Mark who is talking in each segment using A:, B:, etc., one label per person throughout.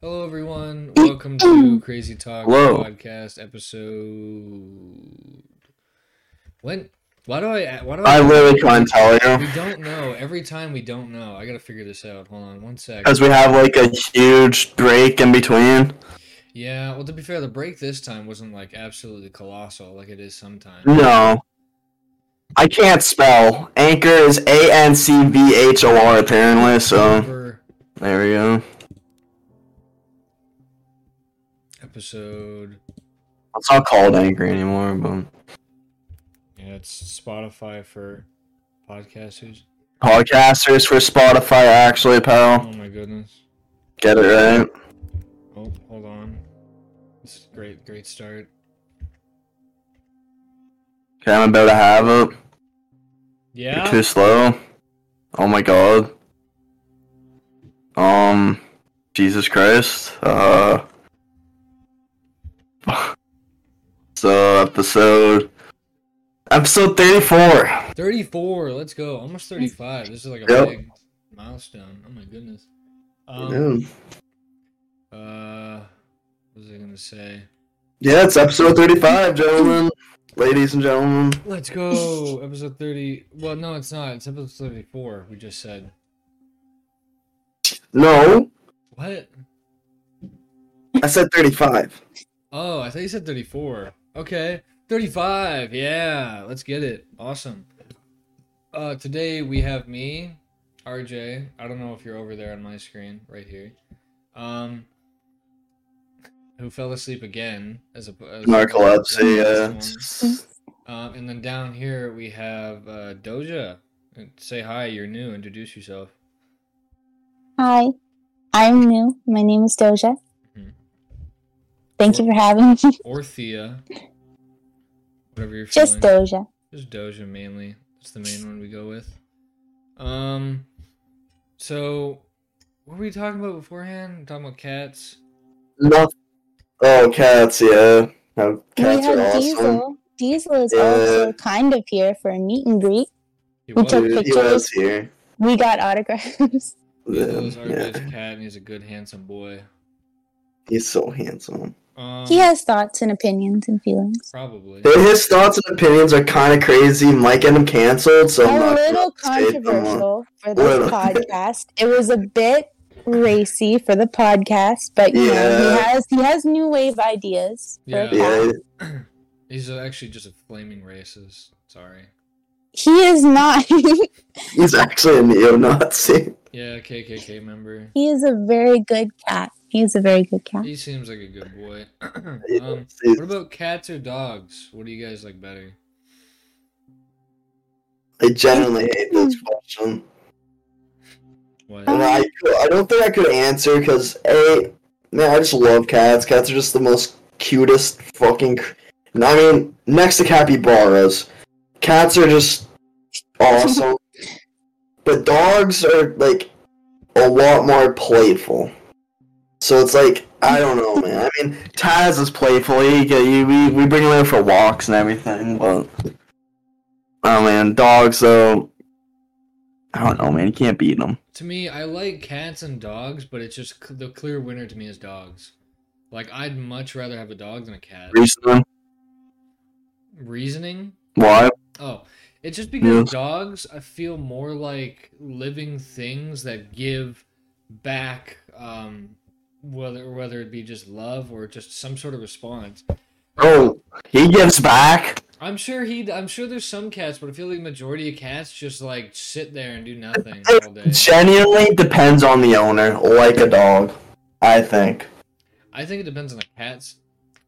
A: Hello, everyone. Welcome to Crazy Talk
B: Hello.
A: podcast episode. When? Why do I? Why do I?
B: I literally can't tell you
A: we don't know. Every time we don't know. I gotta figure this out. Hold on one sec.
B: because we have like a huge break in between.
A: Yeah. Well, to be fair, the break this time wasn't like absolutely colossal, like it is sometimes.
B: No, I can't spell. Anchor is A N C V H O R apparently. So
A: Over
B: there we go.
A: episode.
B: It's not called Anchor anymore, but
A: Yeah, it's Spotify for podcasters.
B: podcasters for Spotify actually, pal.
A: Oh my goodness.
B: Get it right.
A: Oh, hold on. This is great. Great start.
B: Okay, I'm about to have it. You're
A: Yeah.
B: too slow. Oh my god. Um, Jesus Christ. Uh. so episode episode thirty four.
A: 34. Let's go. Almost 35. This is like a
B: Yep.
A: big milestone. Oh my goodness. Um,
B: Yeah.
A: uh, what was I gonna say?
B: yeah, it's episode thirty five, gentlemen, ladies and gentlemen.
A: Let's go. Episode 30. Well, no, it's not. It's episode 34. We just said
B: No,
A: what?
B: I said thirty five.
A: Oh, I thought you said 34. Okay. 35. Yeah. Let's get it. Awesome. Uh, today we have me, RJ. I don't know if you're over there on my screen right here. Um, who fell asleep again as a as
B: Narcolepsy.
A: as
B: Yeah.
A: one. Um, and then down here we have uh, Doja. Say hi. You're new. Introduce yourself.
C: Hi, I'm new. My name is Doja.
A: Mhm.
C: Thank you for having me.
A: Or Thea. Whatever you're
C: Just
A: feeling.
C: Doja.
A: Just Doja mainly. It's the main one we go with. Um, so what were we talking about beforehand? We're talking about cats.
B: No. Oh, cats. Yeah. No, cats
C: we have
B: are awesome.
C: Diesel. Diesel is
B: Yeah.
C: also kind of here for a meet and greet.
A: He
C: We
A: was,
C: took-
A: he
B: Dude, he
C: pictures.
B: was here.
C: We got autographs.
A: was
B: Yeah,
A: our
B: yeah.
A: best cat, and he's a good, handsome boy.
B: He's so handsome.
A: Um,
C: he has thoughts and opinions and feelings.
A: probably.
B: But his thoughts and opinions are kind of crazy. Mike got him canceled, so I'm
C: A
B: not
C: little
B: gonna say them all.
C: controversial for this
B: Little.
C: podcast. It was a bit racy for the podcast, but you know,
B: Yeah.
C: he has he has new wave ideas for
A: Yeah.
C: a cat.
B: Yeah,
A: He's actually just a flaming racist. Sorry.
C: He is not
B: he's actually a neo-Nazi.
A: Yeah, KKK member.
C: he is a very good cat. He is a very good cat.
A: He seems like a good boy. um,
B: He's- he's-
A: what about cats or dogs? What do you guys like better?
B: I genuinely hate this question.
A: What?
B: And I, I don't think I could answer because a man, I just love cats. Cats are just the most cutest fucking. cr- And I mean, next to capybaras, cats are just awesome. but dogs are like a lot more playful. So it's like I don't know, man. I mean, Taz is playful. He, he, we we bring him in for walks and everything, but oh man, dogs though. I don't know, man. You can't beat them.
A: to me, I like cats and dogs, but it's just cl- the clear winner to me is dogs. Like I'd much rather have a dog than a cat.
B: Reason.
A: Reasoning?
B: Why?
A: Oh, it's just because
B: Yeah.
A: dogs I feel more like living things that give back um whether whether it be just love or just some sort of response.
B: Oh, he gives back.
A: I'm sure he I'm sure there's some cats, but I feel like majority of cats just like sit there and do nothing all day.
B: Genuinely depends on the owner, like a dog, I think.
A: I think it depends on the cats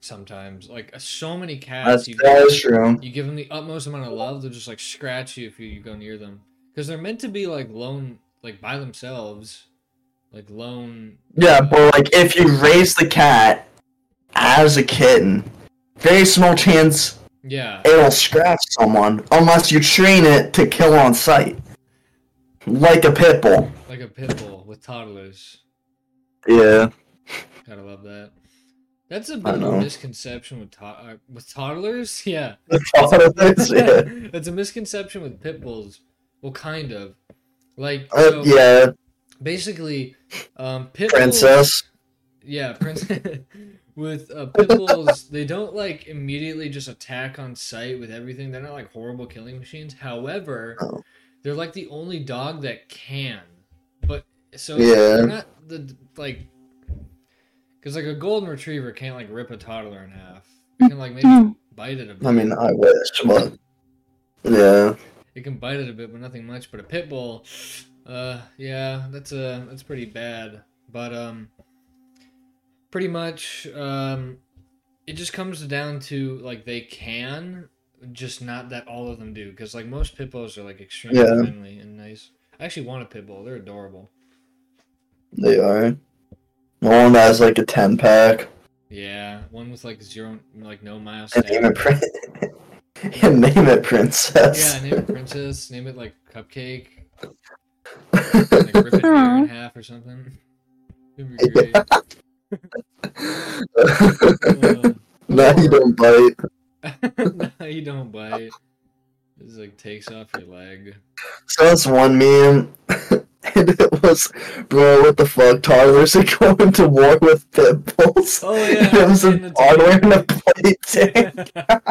A: sometimes. Like so many cats
B: That's
A: you
B: that is true.
A: You give them the utmost amount of love, they'll just like scratch you if you, you go near them. Because they're meant to be like lone, like by themselves, like lone.
B: Yeah, but like if you raise the cat as a kitten, very small chance
A: Yeah,
B: it'll scratch someone unless you train it to kill on sight, like a pit bull.
A: like a pit bull with toddlers.
B: Yeah.
A: Gotta love that. That's a
B: I
A: big
B: know.
A: misconception with to- uh, with toddlers. Yeah,
B: yeah.
A: that's a misconception with pit bulls. Well, kind of. Like
B: Uh,
A: so
B: yeah,
A: basically, um, pit bulls-
B: princess.
A: yeah, Prince with uh, pit bulls, they don't like immediately just attack on sight with everything. They're not like horrible killing machines. However,
B: Oh.
A: they're like the only dog that can. But so
B: Yeah.
A: they're not the like because like a golden retriever can't like rip a toddler in half. It can like maybe
C: Mm.
A: bite it a bit.
B: Mm-hmm. I mean, I wish, but yeah,
A: it can bite it a bit, but nothing much. But a pit bull, uh, yeah, that's uh that's pretty bad. But um, pretty much, um, it just comes down to like they can, just not that all of them do, because like most pit bulls are like extremely
B: Yeah.
A: friendly and nice. I actually want a pit bull; they're adorable.
B: they are. One has like a ten pack.
A: Yeah, one with like zero, like no miles.
B: And name it prin- and name
A: Yeah,
B: it princess.
A: name it princess. Name it like cupcake. Like rip it
C: Aw.
A: in half or something. It'd be great. Uh,
B: no, you don't bite.
A: no, you don't bite. It just like takes off your leg.
B: So that's one meme. and it was, bro, what the fuck? Toddlers are going to war with pit bulls.
A: Oh, yeah,
B: And it was
A: in
B: a
A: the
B: toddler
A: tank.
B: in a play tank.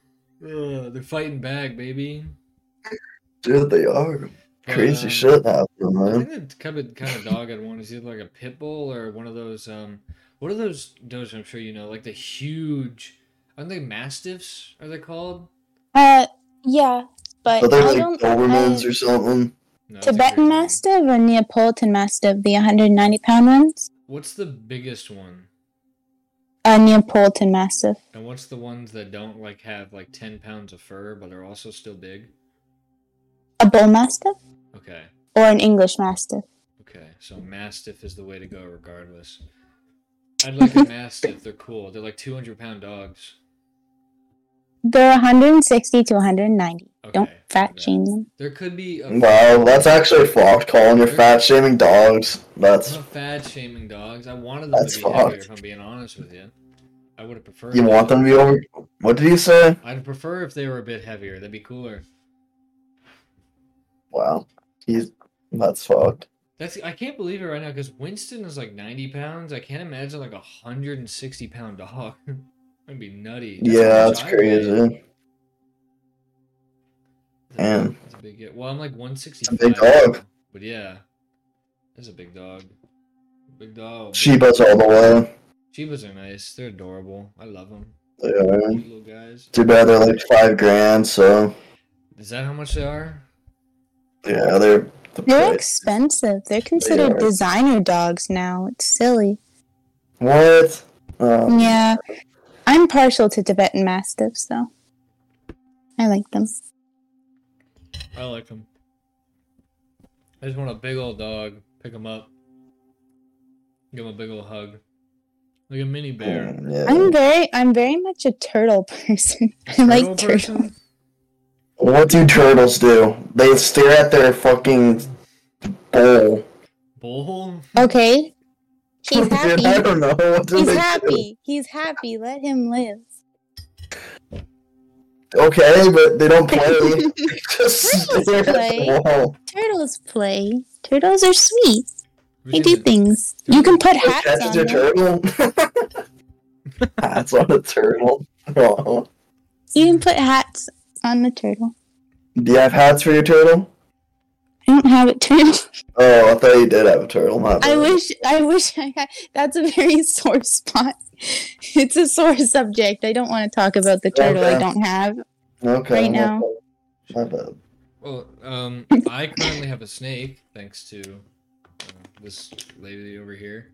A: Ugh, they're fighting back, baby.
B: Dude, they are.
A: But,
B: Crazy
A: um,
B: shit happening,
A: I
B: man.
A: think the kind of, kind of dog I'd want is either like a pit bull or one of those. Um, what are those? Those I'm sure you know, like the huge. Aren't they mastiffs? Are they called?
C: Uh, yeah, but
B: But they're
C: I
B: like
C: don't. I-
B: Dobermans or something.
A: No, it's a
C: Tibetan
A: great name.
C: Mastiff or Neapolitan Mastiff, the 190 pound ones?
A: What's the biggest one?
C: Uh, Neapolitan Mastiff.
A: And what's the ones that don't like have like ten pounds of fur, but are also still big?
C: A Bull Mastiff
A: Okay.
C: or an English Mastiff?
A: Okay, so Mastiff is the way to go, regardless. I'd like a Mastiff. They're cool. They're like 200 pound dogs.
C: They're 160 to 190. Don't
A: Okay,
C: fat
A: okay.
C: shame them.
A: There could be a,
B: Wow, that's actually fucked, calling your fat shaming dogs. That's.
A: I'm not fat shaming dogs. I wanted them
B: That's
A: to be heavier.
B: fucked.
A: If I'm being honest with you, I would have preferred.
B: You
A: that.
B: want them to be over. What did you say?
A: I'd prefer if they were a bit heavier. That'd be cooler.
B: Wow. He's. That's fucked.
A: That's I can't believe it right now because Winston is like 90 pounds. I can't imagine like a 160 pound dog. That'd be nutty. how
B: Yeah,
A: much
B: that's
A: I
B: crazy.
A: weigh.
B: Damn.
A: That's a big get. Well, I'm like 165.
B: It's a big dog.
A: now, But yeah, that's a big dog. Big dog.
B: Shebas all the way.
A: Chibas are nice. They're adorable. I love them.
B: Yeah.
A: Cute little guys.
B: Too bad they're like five grand, so.
A: Is that how much they are?
B: Yeah, they're. The
C: They're
B: price.
C: expensive. They're considered
B: are.
C: designer dogs now. It's silly.
B: What? Um,
C: Yeah. I'm partial to Tibetan Mastiffs, though. I like them.
A: I like them. I just want a big old dog. Pick him up. Give him a big old hug. Like a mini bear.
B: mm, yeah.
C: I'm very, I'm very much a turtle person. I like
A: Turtle person?
C: turtles.
B: What do turtles do? They stare at their fucking bowl.
A: Bull?
C: Okay. He's
B: Dude, I
C: happy.
B: don't know. What do
C: He's
B: they do?
C: happy. He's happy. Let him live.
B: Okay, but they don't play. Just
C: Turtles
B: stare at
C: play.
B: the wall.
C: Turtles play. Turtles are sweet. They do
A: Virginia.
C: things. You can put
B: They
C: hats on
B: catches a
C: them.
B: turtle. Hats on a turtle. Oh.
C: You can put hats on the turtle.
B: Do you have hats for your turtle?
C: I don't have a turtle.
B: Oh, I thought you did have a turtle. My
C: I
B: bad.
C: wish. I wish I had. That's a very sore spot. It's a sore subject. I don't want to talk about the turtle I
B: Okay.
C: don't have.
B: Okay.
C: right
B: my
C: now.
B: bad. My bad.
A: Well, um, I currently have a snake, thanks to uh, this lady over here.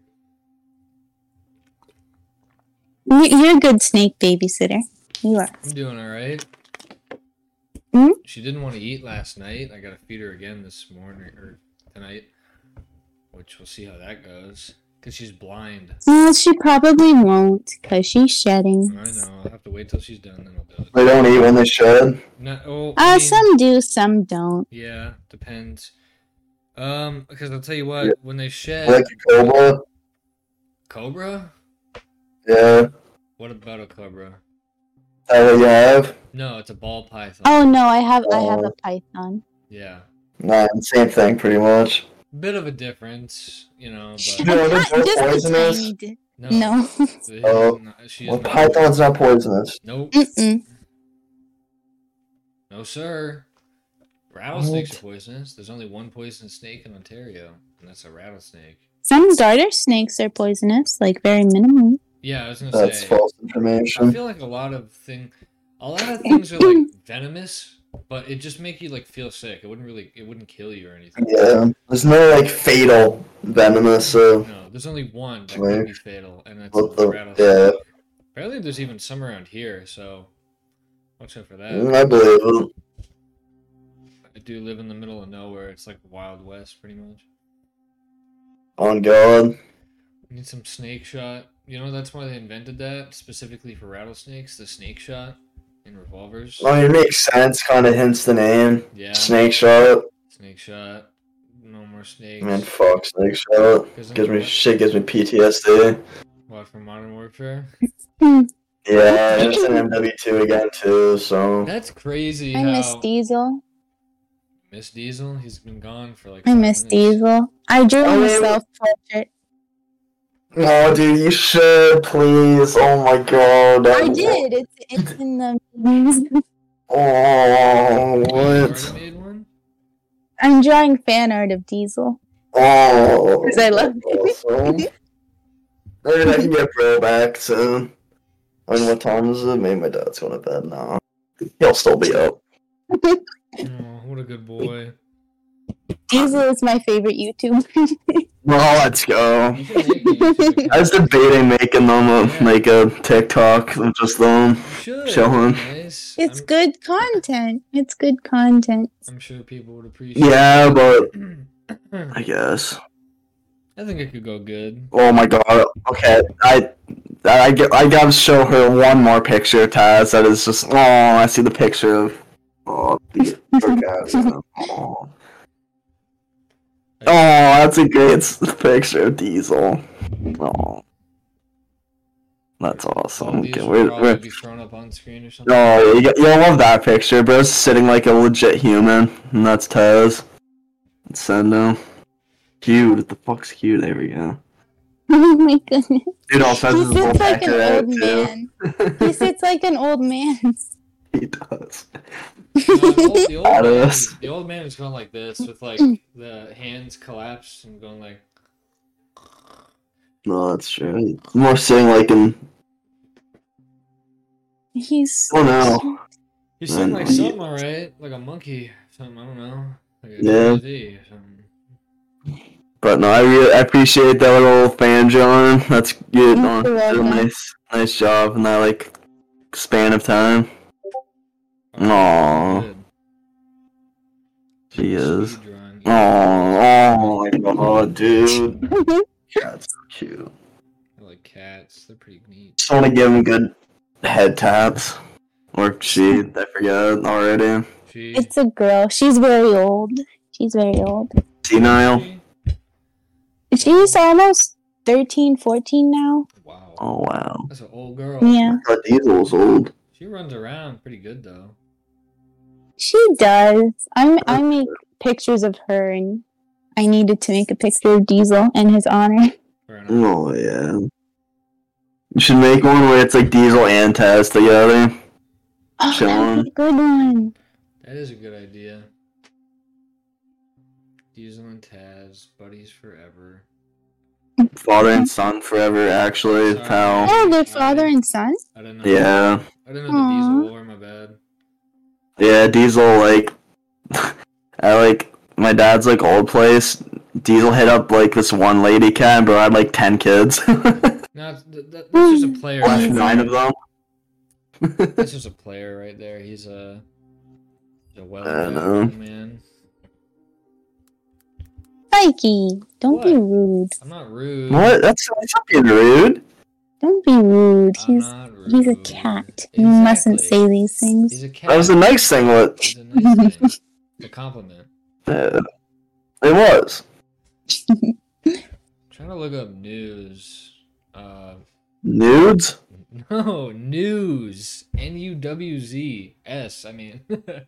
C: You- You're a good snake babysitter. You are.
A: I'm doing all right.
C: Hmm?
A: She didn't want to eat last night. I gotta feed her again this morning or tonight, which we'll see how that goes. Cause she's blind.
C: Well, she probably won't because she's shedding. Uh,
A: I know. I'll have to wait till she's done, then I'll do it.
B: They don't eat when they should.
A: No, oh, I
C: Uh,
A: mean,
C: some do, some don't.
A: Yeah, depends. Um, because I'll tell you what,
B: Yeah.
A: when they shed
B: Like a cobra.
A: cobra,
B: Yeah.
A: what about a cobra?
B: How you have?
A: No, it's a ball python.
C: Oh no, I have I have a python.
A: Yeah.
B: Nah, same thing pretty much.
A: bit of a difference, you know.
C: Sh-
A: But
B: No,
C: I'm
B: they're
C: not
B: both
C: just a
B: poisonous.
C: tiny di-
A: no,
C: No.
A: she's
B: Oh.
A: not- she is
B: Well,
A: not-
B: python's not poisonous.
A: Nope.
C: Mm-mm.
A: No, sir. Rattlesnakes
B: What?
A: are poisonous. There's only one poisonous snake in Ontario, and that's a rattlesnake.
C: Some garter snakes are poisonous, like very minimum.
A: Yeah, I was gonna
B: That's
A: say.
B: false
A: I
B: information.
A: feel like a lot of thing, a lot of things are like venomous, but it just make you like feel sick. It wouldn't really, it wouldn't kill you or anything.
B: Yeah, there's no like fatal venomous. uh, So
A: No, there's only one that
B: Right.
A: could be fatal, and that's
B: What
A: the
B: the-
A: rattlesnake.
B: yeah.
A: Apparently, there's even some around here, so watch out for that.
B: mm, I believe it.
A: I do live in the middle of nowhere. It's like the Wild West, pretty much.
B: On God,
A: Need some snake shot. You know that's why they invented that specifically for rattlesnakes. The snake shot in revolvers.
B: I mean, it makes sense. Kind of hints the name.
A: Yeah,
B: Snake shot.
A: snake shot. No more snakes.
B: Man, fuck snake shot.
A: Because
B: Gives me shit. Gives me PTSD.
A: What from Modern Warfare?
C: Hmm.
B: Yeah, it's an MW2 again too. So
A: That's crazy.
C: I
A: how
C: miss Diesel.
A: Miss Diesel. He's been gone for like.
C: I
A: five
C: miss
A: minutes.
C: Diesel. I drew
B: Oh, yeah.
C: myself portrait.
B: no, dude, you should please. Oh my God.
C: I did. It's it's in the.
B: Oh what?
A: Already made one.
C: I'm drawing fan art of Diesel.
B: Oh,
C: 'Cause I love
B: awesome. Maybe I can get bro back soon. I mean, what time is it? Maybe my dad's going to bed now. He'll still be up.
A: Oh, what a good boy.
C: Diesel is my favorite YouTuber.
B: Well, let's go.
A: You can make a YouTube account.
B: I was debating making them a, like a TikTok of just them.
A: You should.
B: show him.
A: Guys.
C: it's
A: I'm,
C: good content. It's good content.
A: I'm sure people would appreciate.
B: Yeah, but
A: it.
B: I guess.
A: I think it could go good.
B: Oh my god. Okay, I. I, get, I gotta show her one more picture, Taz. That is just oh, I see the picture of oh, the orgasm. Oh. Oh, that's a great s- picture of Diesel. Oh, that's
A: All
B: awesome.
A: these
B: Okay,
A: will
B: we're,
A: probably
B: we're,
A: be thrown up on screen or something.
B: oh, you, you'll love that picture. Bro's sitting like a legit human, and that's Tez. Let's send him. Cute. What the fuck's cute? There we go.
C: Oh my goodness.
B: Dude, all Tez
C: He
B: is a little
C: sits like an
B: accurate,
C: old
B: too.
C: man. He sits like an old man.
B: he does.
A: No, the, old, the, old
B: That
A: man,
B: is.
A: the old man is going like this with like
C: Mm.
A: the hands collapsed and going like
B: No, that's true. More sitting like an.
C: He's
B: Oh no.
A: he's sitting
B: Mm.
A: like something, all right, like a monkey, something I don't know, like a
B: Yeah.
A: chimpanzee or something.
B: But no, I really I appreciate that little fan drawing. That's good.
C: You're
B: No, did a
C: welcome.
B: nice, nice job in that like span of time.
A: Oh,
B: Aw.
A: good.
B: She is.
A: Speed drawing.
B: Oh, oh my god, dude. That's so cute.
A: I like cats. They're pretty neat.
B: Just want to give him good head taps. Or she, I forgot already.
A: She,
C: it's a girl. She's very old. She's very old.
B: Senile.
A: she-
C: She's almost 13, 14 now.
A: Wow,
B: Oh wow.
A: that's an old girl.
C: Yeah.
B: That diesel was old.
A: She runs around pretty good though.
C: She does. I'm I make pictures of her and I needed to make a picture of Diesel in his honor.
A: Fair enough.
B: Oh yeah. You should make one where it's like diesel and Taz together.
C: Oh, that was a good one.
A: That is a good idea. Diesel and Taz, buddies forever.
B: Father and son forever, actually.
A: Sorry.
B: Pal.
C: Oh, they're father and son.
A: I don't know.
B: Yeah.
A: I don't know the
C: Aw.
A: diesel war, my bad.
B: Yeah, Diesel like I like my dad's like old place. Diesel hit up like this one lady cat and bro had like ten kids.
A: No, th- th- th- that's just a player.
C: Why
A: Right?
C: not?
B: Nine of them.
A: That's just a player right there. He's a, he's a well
B: I know.
A: man.
C: Mikey, don't be rude.
A: I'm not rude.
B: What? That's that's not being rude.
C: Don't be rude.
A: I'm
C: He's
A: not rude.
C: he's a cat. You mustn't
A: Exactly.
C: say these things.
A: He's a cat.
B: That was the nice thing with
A: It's a nice thing. It's a compliment.
B: uh, it was.
A: trying to look up news. Uh,
B: Nudes?
A: No, news. N U W Z S. I mean, I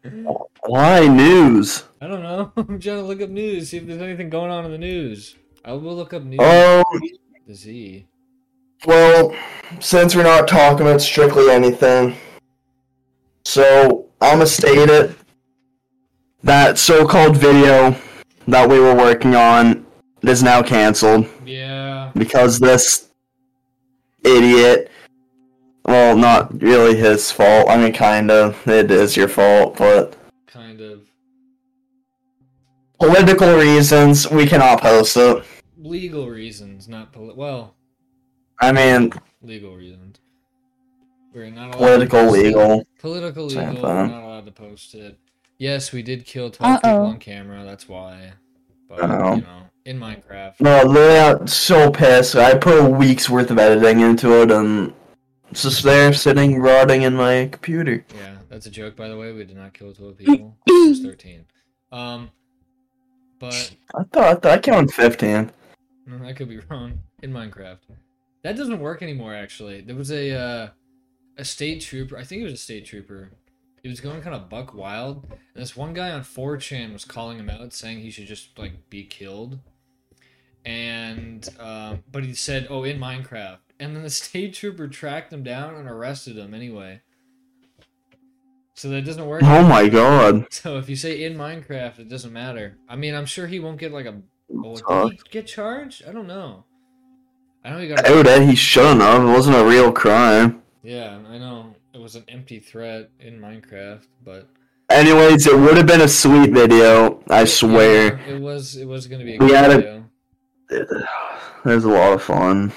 B: Why news?
A: don't know. I'm trying to look up news, see if there's anything going on in the news. I will look up news.
B: Oh,
A: with The Z.
B: well, since we're not talking about strictly anything, so I'ma state it. That so-called video that we were working on is now canceled.
A: Yeah.
B: because this idiot well not really his fault i mean kind of it is your fault but
A: Kind of.
B: political reasons we cannot post it
A: Legal reasons, not poli- well,
B: i mean
A: legal reasons. We're not allowed to
B: political
A: post it.
B: legal
A: Political
B: Same
A: legal. We're
B: thing.
A: not allowed to post it. Yes, we did kill 12 people
C: Uh-oh.
A: on camera. That's why. But,
B: Uh-oh.
A: you know, in Minecraft.
B: no literally I'm so pissed i put a week's worth of editing into it and it's just there sitting rotting in my computer
A: Yeah, that's a joke, by the way. We did not kill 12 people. it was 13. Um, but
B: i thought i counted 15
A: mm, I could be wrong. In Minecraft, that doesn't work anymore. Actually, there was a uh, a state trooper. I think it was a state trooper. He was going kind of buck wild, and this one guy on 4chan was calling him out, saying he should just like be killed. And um, but he said, "Oh, in Minecraft." And then the state trooper tracked him down and arrested him anyway. So that doesn't work.
B: oh my god
A: So if you say in Minecraft, it doesn't matter. I mean, I'm sure he won't get like a. Oh,
B: Fuck.
A: did he get charged? I don't know. I know he got.
B: oh that he shouldn't have it wasn't a real crime
A: yeah, I know it was an empty threat in Minecraft, but
B: Anyways, it would have been a sweet video, I
A: Yeah,
B: swear.
A: it was it was gonna be. A
B: We
A: good
B: had a-
A: video.
B: It was a lot of fun.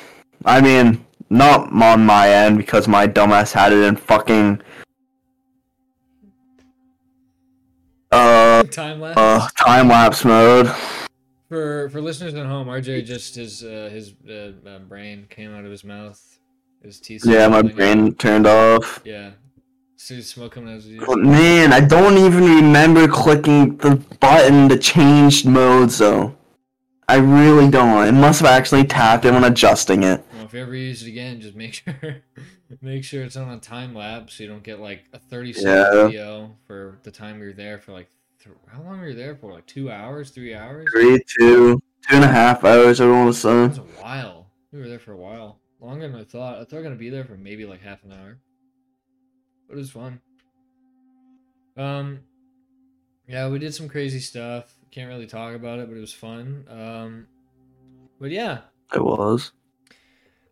B: I mean, not on my end because my dumbass had it in fucking uh,
A: time lapse
B: uh time lapse mode.
A: for for listeners at home. RJ just his uh, his uh, uh, brain came out of his mouth. His teeth.
B: Yeah, my
A: started bubbling up.
B: brain turned off.
A: Yeah, so he's smoking those.
B: But man, I don't even remember clicking the button to change modes though. I really don't. It must have actually tapped it when adjusting it.
A: Well, if you ever use it again, just make sure make sure it's on a time lapse so you don't get like a 30 second
B: Yeah.
A: video for the time you're there for like th- how long were you there for? Like 2 hours, 3 hours?
B: Three, two, two and a half hours, I want to say.
A: That's a while. We were there for a while. Longer than I thought. I thought we were going to be there for maybe like half an hour. But it was fun. Um yeah, we did some crazy stuff. Can't really talk about it, but it was fun. Um but yeah,
B: It was.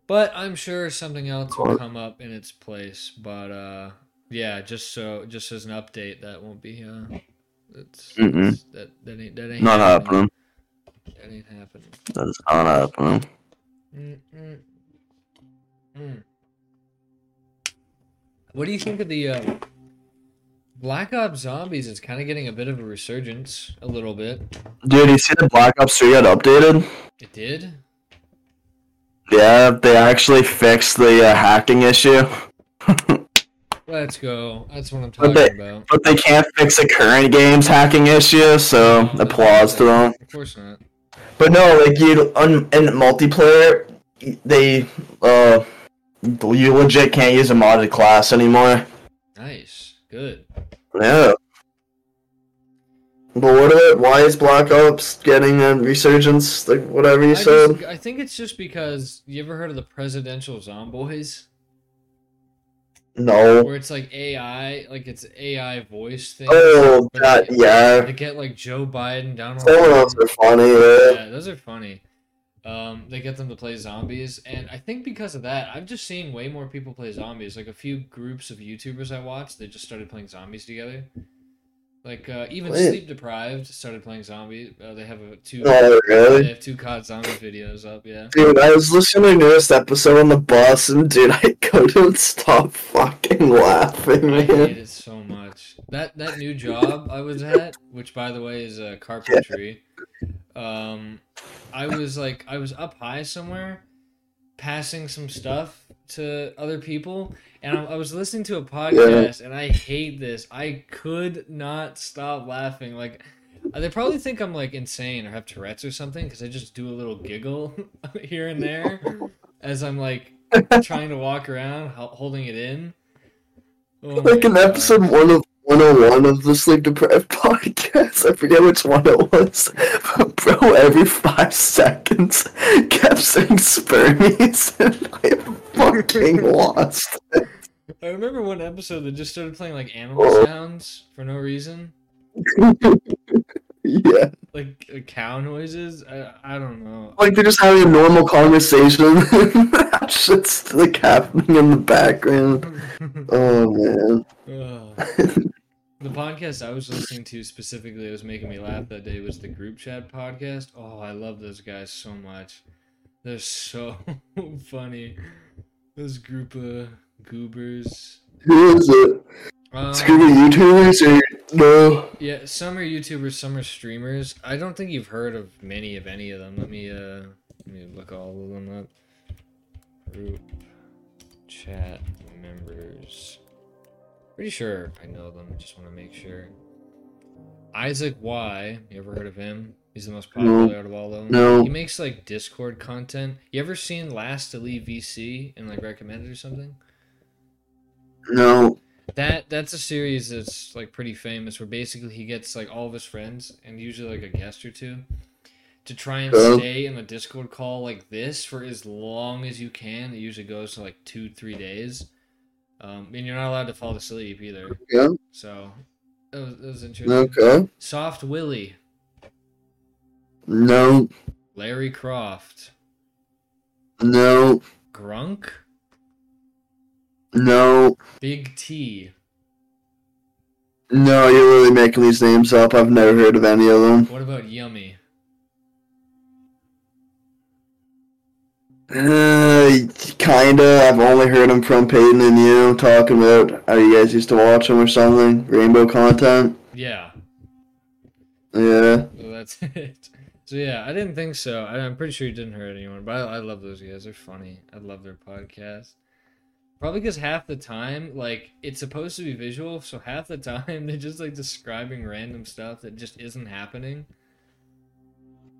A: But I'm sure something else will
B: Or-
A: come up in its place. But uh, yeah, just so just as an update, that won't be. Uh, that's,
B: Mm-mm.
A: that's- that that ain't that ain't
B: Not happening.
A: That ain't happening.
B: That's not happening.
A: Mm, mm, mm. What do you think of the uh, Black Ops Zombies? Is kind of getting a bit of a resurgence, a little bit.
B: Dude, you see the Black Ops 3 got updated?
A: It did.
B: Yeah, they actually fixed the uh, hacking issue,
A: Let's go. That's what I'm
B: But
A: talking
B: they-
A: about.
B: but they can't fix the current game's hacking issue, so
A: No,
B: applause to them.
A: Of course not.
B: But no, like, you, un, in multiplayer, they, uh, you legit can't use a modded class anymore.
A: Nice. Good.
B: Yeah. But what about, why is Black Ops getting a resurgence, like, whatever you
A: I,
B: said?
A: just- I think it's just because you ever heard of the presidential zomboys,
B: no.
A: where it's like AI, like it's AI voice thing.
B: Oh,
A: But
B: that,
A: they-
B: yeah.
A: They get like Joe Biden, Donald.
B: Some of those are
A: Trump.
B: funny. Yeah.
A: Yeah, those are funny. Um, they get them to play zombies, and I think because of that, I've just seen way more people play zombies. Like a few groups of YouTubers I watched, they just started playing zombies together. Like uh, even
B: Wait.
A: sleep deprived started playing zombies. Uh, they have a two.
B: Oh,
A: They
B: really?
A: have two COD zombies videos up. Yeah.
B: Dude, I was listening to the newest episode on the bus, and dude, I couldn't stop fucking laughing,
A: I hate
B: man.
A: it so much. That that new job I was at, which by the way is uh, carpentry. Um, I was like I was up high somewhere, passing some stuff to other people, and I, I was listening to a podcast, and I hate this. I could not stop laughing. Like uh, they probably think I'm like insane or have Tourette's or something because I just do a little giggle here and there as I'm like trying to walk around, ho- holding it in. Oh my
B: like an
A: God.
B: episode one of 101 of the Sleep Deprived podcast. I forget which one it was. But bro, every five seconds kept saying spermies and I fucking lost.
A: I remember one episode that just started playing like animal
B: Oh.
A: sounds for no reason,
B: yeah.
A: like uh, cow noises. I, I don't know.
B: Like they're just having a normal conversation. That Shit's like happening in the background. Oh man.
A: Ugh. the podcast I was listening to specifically that was making me laugh that day was the group chat podcast. Oh, I love those guys so much. They're so funny. Those group of goobers.
B: Who is it?
A: Um,
B: Scooby YouTubers or no?
A: yeah, some are YouTubers, some are streamers. I don't think you've heard of many of any of them. Let me uh, let me look all of them up. Group chat members. Pretty sure I know them. I just want to make sure. Isaac Y. You ever heard of him? He's the most popular out of all of them.
B: No.
A: He makes like Discord content. You ever seen Last to Leave VC and like recommended or something?
B: No.
A: That that's a series that's like pretty famous where basically he gets like all of his friends and usually like a guest or two to try and
B: Oh.
A: stay in the Discord call like this for as long as you can. It usually goes to like two, three days. Um, and you're not allowed to fall asleep either.
B: Yeah.
A: So that was, that was interesting.
B: Okay.
A: Soft Willie,
B: No.
A: Larry Croft,
B: No.
A: Grunk,
B: No.
A: Big T.
B: No, you're really making these names up. I've never heard of any of them.
A: What about Yummy?
B: Uh, kinda. I've only heard them from Peyton and you talking about how you guys used to watch them or something. Rainbow content.
A: Yeah.
B: Yeah.
A: So that's it. So yeah, I didn't think so. I, I'm pretty sure you didn't hurt anyone, but I, I love those guys. They're funny. I love their podcast. Probably because half the time, like it's supposed to be visual, so half the time they're just like describing random stuff that just isn't happening.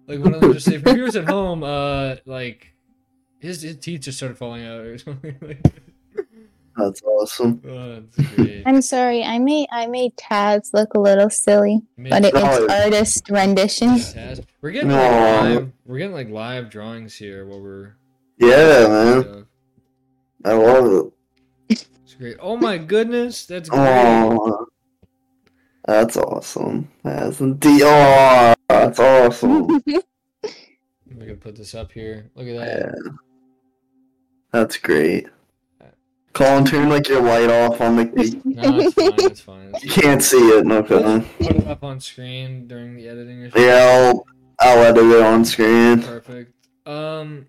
A: Like one of them just say, "For viewers at home, uh, like his his teeth just started falling out or something like." That.
B: That's awesome.
A: Oh, that's great.
C: I'm sorry. I made I made Taz look a little silly, but it,
B: No.
C: it's artist rendition.
A: Fantastic. We're getting like,
B: Aw.
A: live. We're getting like live drawings here while we're.
B: Yeah, man. I love it.
A: It's great. Oh my goodness, that's great.
B: Oh, that's awesome. That's indeed. Oh, that's awesome.
A: We're gonna put this up here. Look at that.
B: Yeah. That's great. Colin, turn like your light off on the.
A: No, it's fine. It's fine. It's
B: You can't see it. No problem.
A: fine. Put it up on screen during the editing. Or something.
B: Yeah, I'll, I'll edit it on screen.
A: Perfect. Um,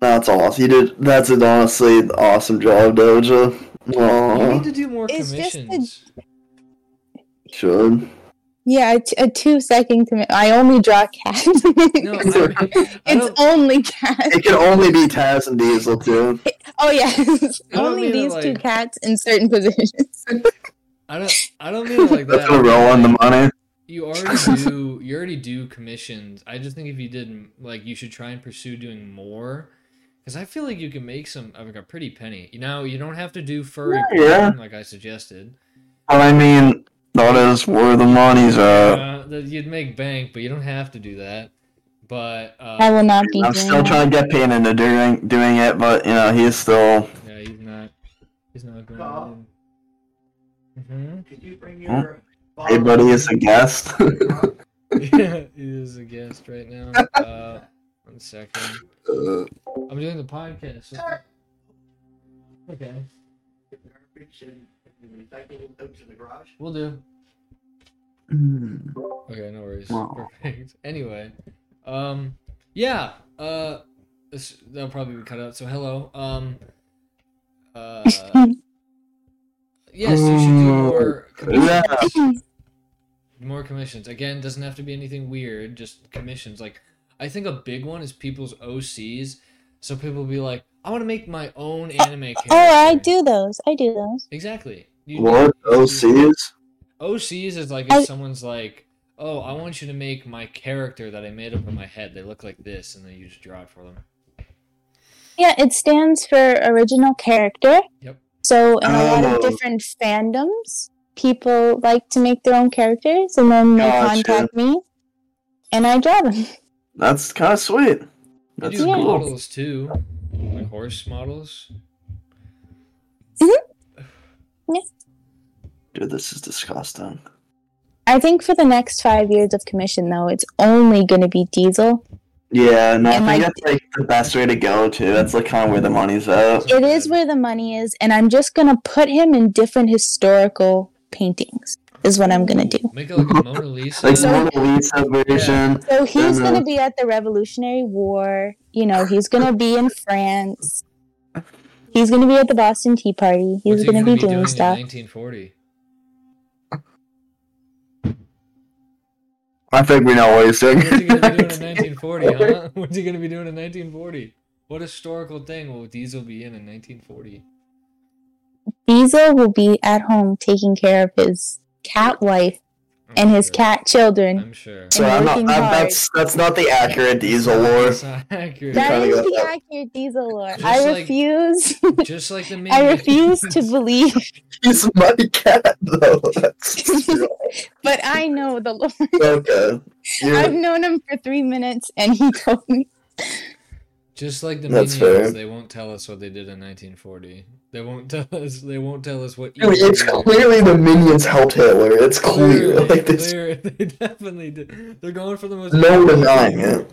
B: That's awesome. You did. That's an honestly awesome job, Doja.
A: you need
B: Aw,
A: to do more
C: It's just a-
A: commissions.
B: should.
C: yeah, a t- a two second commit. I only draw cats.
A: No, I, mean, I
C: it's
A: don't.
C: only cats.
B: It can only be Taz and Diesel too.
C: Oh yes,
A: I don't mean it
C: only these two
A: like-
C: cats in certain positions.
A: I don't. I don't mean it like
B: That's
A: that.
B: a roll on the money.
A: You already do. You already do commissions. I just think if you didn't, like, you should try and pursue doing more, because I feel like you can make some like a pretty penny. You know, you don't have to do furry
B: Yeah, yeah.
A: porn, like I suggested.
B: But I mean, not as where the money's at.
A: Uh, that you'd make bank, but you don't have to do that. But
C: I
A: uh,
C: will not be.
B: I'm
C: doing
B: still
C: that.
B: trying to get Payne into doing doing it, but you know he's still.
A: yeah, he's not. He's not going.
D: Bob?
A: Mm-hmm.
D: Could you bring your
B: Hey, buddy, is a guest.
A: yeah, Mm-hmm. he is a guest right now. Uh, one second.
B: Uh,
A: I'm doing the podcast. so- Okay,
D: garbage and recyclable them to the garage?
A: we'll do.
C: Mm.
B: Hmm.
A: Okay, no worries.
B: Wow.
A: Perfect. Anyway, um, yeah. Uh, this that'll probably be cut out. So hello. Um. Uh, yes, you should
C: Mm.
A: do more. commissions.
B: yeah,
A: More commissions. Again, doesn't have to be anything weird, just commissions. Like I think a big one is people's OCs. So people will be like, I want to make my own anime character.
C: Oh, I do those. I do those.
A: Exactly. You do-
B: what OCs?
A: OCs is like
C: I-
A: if someone's like, Oh, I want you to make my character that I made up in my head. They look like this and then you just draw it for them.
C: Yeah, it stands for original character.
A: Yep.
C: So in a lot of
B: Oh.
C: different fandoms, people like to make their own characters and then they
B: Gotcha.
C: contact me and I draw them.
B: That's kind of sweet.
A: You
B: That's
A: do
C: cool.
A: models too, like horse models.
B: Dude, this is disgusting.
C: I think for the next five years of commission though, it's only gonna be diesel.
B: Yeah, no, I think
C: And, like-
B: that's like the best way to go too. That's like kind of where the money's at.
C: It is where the money is, and I'm just gonna put him in different historical paintings is what I'm gonna do.
A: Make it like a Mona Lisa.
B: Like
C: So-
B: Mona Lisa version.
C: So he's
B: Mhm.
C: going to be at the Revolutionary War. You know, he's going to be in France. He's going to be at the Boston Tea Party.
A: What's
C: He's
A: he
C: going to
A: gonna
C: be,
A: in
C: doing stuff.
A: 1940.
B: I think we know what he's saying.
A: What's he gonna be doing in 1940? Huh? What's he gonna be doing in 1940? What historical thing will Diesel be in in 1940?
C: Diesel will be at home taking care of his cat wife and his cat children.
A: I'm sure.
B: so I'm not.
C: working
B: That,
C: hard.
B: that's that's not the accurate diesel lore.
A: It's not accurate.
C: That
B: Kinda
C: is
B: got
C: the
B: that.
C: accurate Diesel lore.
A: Just
C: I
A: like-
C: refuse.
A: Just like the
C: I
A: minions.
C: refuse to believe,
B: He's my cat though. That's
C: but I know the lore.
B: okay. You're-
C: I've known him for three minutes, and he told me.
A: Just like the
B: That's
A: minions,
B: fair.
A: they won't tell us what they did in 1940. They won't tell us. They won't tell us what.
B: Dude,
A: evil
B: it's
A: they did.
B: clearly the minions helped Hitler. It's clear.
A: Clearly,
B: Like there's
A: clear- They definitely did. They're going for the most.
B: no denying it.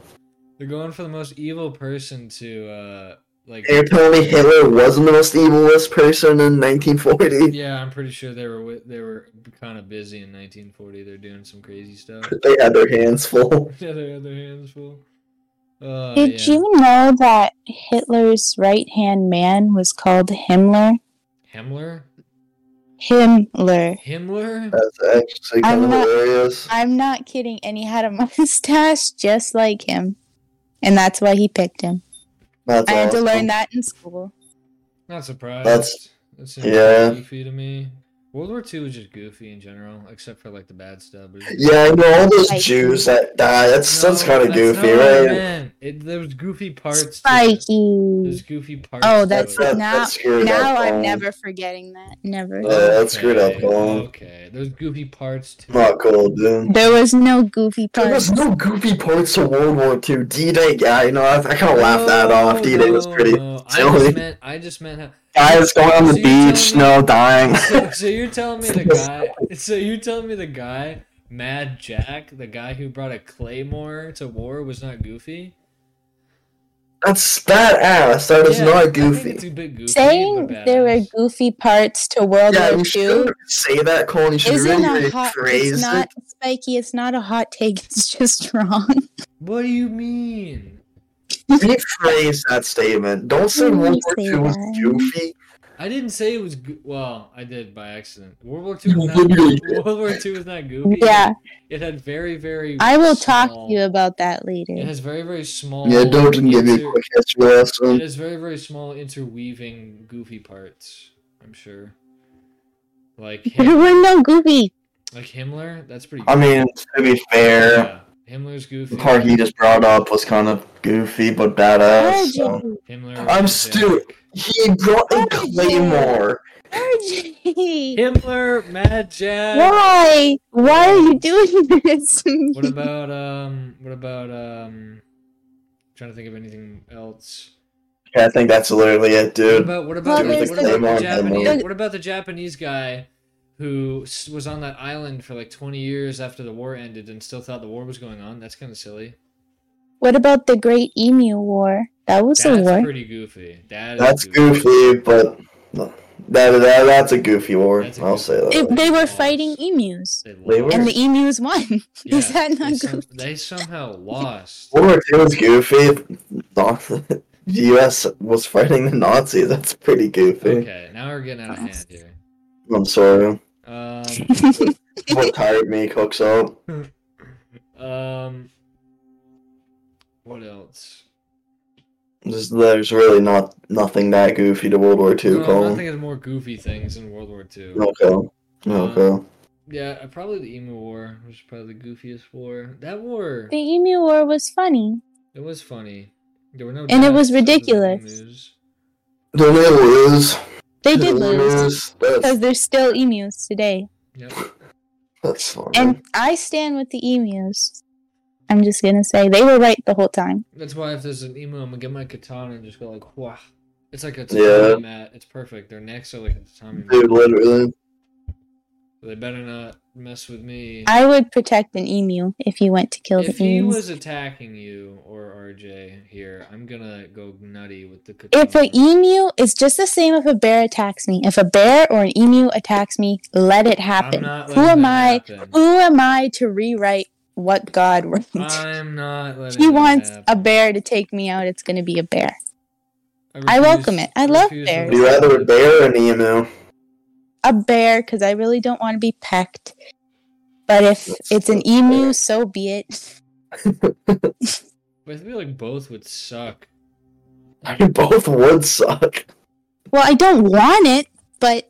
A: They're going for the most evil person to uh like.
B: You're telling me Hitler wasn't the most evilest person in 1940?
A: Yeah, I'm pretty sure they were wi- they were kind of busy in 1940. They're doing some crazy stuff.
B: They had their hands full.
A: yeah, they had their hands full.
B: Oh,
A: Uh,
C: Did
A: yeah.
C: you know that Hitler's right hand man was called Himmler?
A: Himmler?
C: Himmler.
A: Himmler?
B: That's actually kind
C: I'm
B: of
C: not-
B: hilarious.
C: I'm not kidding. And he had a mustache just like him. And that's why he picked him.
B: That's
C: I had to
B: awesome.
C: learn that in school.
A: Not surprised.
B: That's-
A: that seems yeah.
B: yeah.
A: goofy to me. World War II was just goofy in general, except for like the bad stuff. but it was-
B: Yeah, I know all those
C: Like-
B: Jews that die. That's
A: No,
B: that's kind of
A: that's
B: goofy,
A: not what I
B: right?
A: meant. It, there was goofy parts. to it. There's
C: Spiky.
A: goofy parts.
C: Oh,
A: to
C: that's
A: it.
B: That-
C: now.
B: that's screwed
C: now
B: up,
C: I'm
B: um,
C: never forgetting that. Never.
B: Yeah, that's screwed up,
A: Okay,
B: Colin.
A: Okay, there's goofy parts too.
B: Not cool, dude.
C: There was no goofy
B: There
C: part.
B: was no goofy parts to World War II. D-Day, yeah, you know, I, I kind of laughed that off. D-Day was pretty
A: I
B: silly.
A: just meant. I just meant how,
B: Guys going on the
A: So you're
B: beach,
A: telling
B: no dying.
A: so, so you're telling me the guy. So you're telling me the guy, Mad Jack, the guy who brought a claymore to war, was not goofy.
B: That's that ass. That is
A: Yeah, I think
B: not goofy.
A: it's a bit goofy.
C: Saying
A: but
C: there were
A: badass.
C: goofy parts to World
B: Yeah, you
C: War II
B: should say that, Colin. You should
C: isn't
B: really
C: a
B: be
C: hot.
B: crazy.
C: It's not spiky. It's not a hot take. It's just wrong.
A: What do you mean?
B: Rephrase that statement. Don't say
C: Let me
B: World War
C: say
B: II was
C: that.
B: goofy.
A: I didn't say it was. Go- well, I did by accident. World War II
B: You
A: was not.
B: literally did.
A: World War II was not goofy.
C: Yeah,
A: It had very, very.
C: I will talk to
A: small-
C: you about that
A: It
C: later.
A: has very, very small.
B: Yeah, Dogen gave me
A: inter-
B: a quick history
A: It
B: lesson.
A: has very, very small interweaving goofy parts. I'm sure. Like
C: There
A: him,
C: were no goofy.
A: like Himmler. That's pretty.
B: I mean, to be fair,
A: yeah. Himmler's
B: the
A: goofy.
B: part he just brought up was kind of goofy but badass. So.
C: RJ,
A: Himmler.
B: I'm
A: was
B: Stu.
A: Jack.
B: He brought a claymore.
C: RJ,
A: Himmler, Mad Jack.
C: why? Why are you doing this? to me?
A: What about um? What about um? trying to think of anything else.
B: Yeah, I think that's literally it,
A: What
B: dude.
A: about what about,
C: Well,
A: what
C: there's
A: about the,
B: the-
A: Japanese?
C: Look-
A: What about the Japanese guy who s- was on that island for like 20 years after the war ended and still thought the war was going on? That's kind of silly.
C: What about the Great Emu War? That was a
A: That's
C: war.
A: pretty goofy. That is
B: That's goofy, but no, that, that that's a goofy war.
A: That's a
B: I'll
A: goofy
B: say that.
A: war.
C: It- they were fighting emus,
A: They
B: They
A: lost.
C: and
B: were-
C: the emus won.
A: Yeah,
C: Is that
A: they,
C: not
A: some-
C: goofy?
A: they somehow lost.
B: World War II was goofy. The U.S. was fighting the Nazis. That's pretty goofy.
A: Okay, now we're getting out of hand here.
B: I'm sorry.
A: Um,
B: What tired me cooks up.
A: um, what else?
B: There's, there's really not nothing that goofy to World War II,
A: No, I'm not
B: Colin.
A: thinking of more goofy things in World War II.
B: Okay. Okay.
A: Yeah, uh, probably the Emu War was probably the goofiest war. That war,
C: the Emu War was funny.
A: it was funny. There were no
C: And it
A: deaths,
C: was
A: there no
C: ridiculous.
A: news.
B: Don't they lose?
C: They did
B: They
C: lose
B: That's,
C: because they're still emus today.
A: Yep.
B: that's fine.
C: And I stand with the emus. I'm just gonna say they were right the whole time.
A: That's why if there's an emu, I'm gonna get my katana and just go like, wah. It's like a
B: Yeah.
A: tatami mat. It's perfect. Their necks are like a tatami mat.
B: Dude, literally.
A: They better not mess with me.
C: I would protect an emu if you went to kill
A: if
C: the
A: he
C: emus.
A: was attacking you or RJ here, I'm gonna go nutty with the katana.
C: If e an emu, it's just the same if a bear attacks me. If a bear or an emu attacks me, let it happen. Who
A: letting
C: am
A: that
C: I?
A: happen.
C: Who am I to rewrite what God wrote?
A: I'm not letting.
C: he
A: that
C: wants a
A: happen.
C: bear to take me out. It's going to be a bear. I welcome
A: refuse-
C: it. I love
A: refuse to
C: bears.
B: Would you rather a bear or an emu?
C: A bear, because I really don't want to be pecked. But if it's an emu, so be it.
A: But I feel like both would suck.
B: Both would suck.
C: Well, I don't want it, but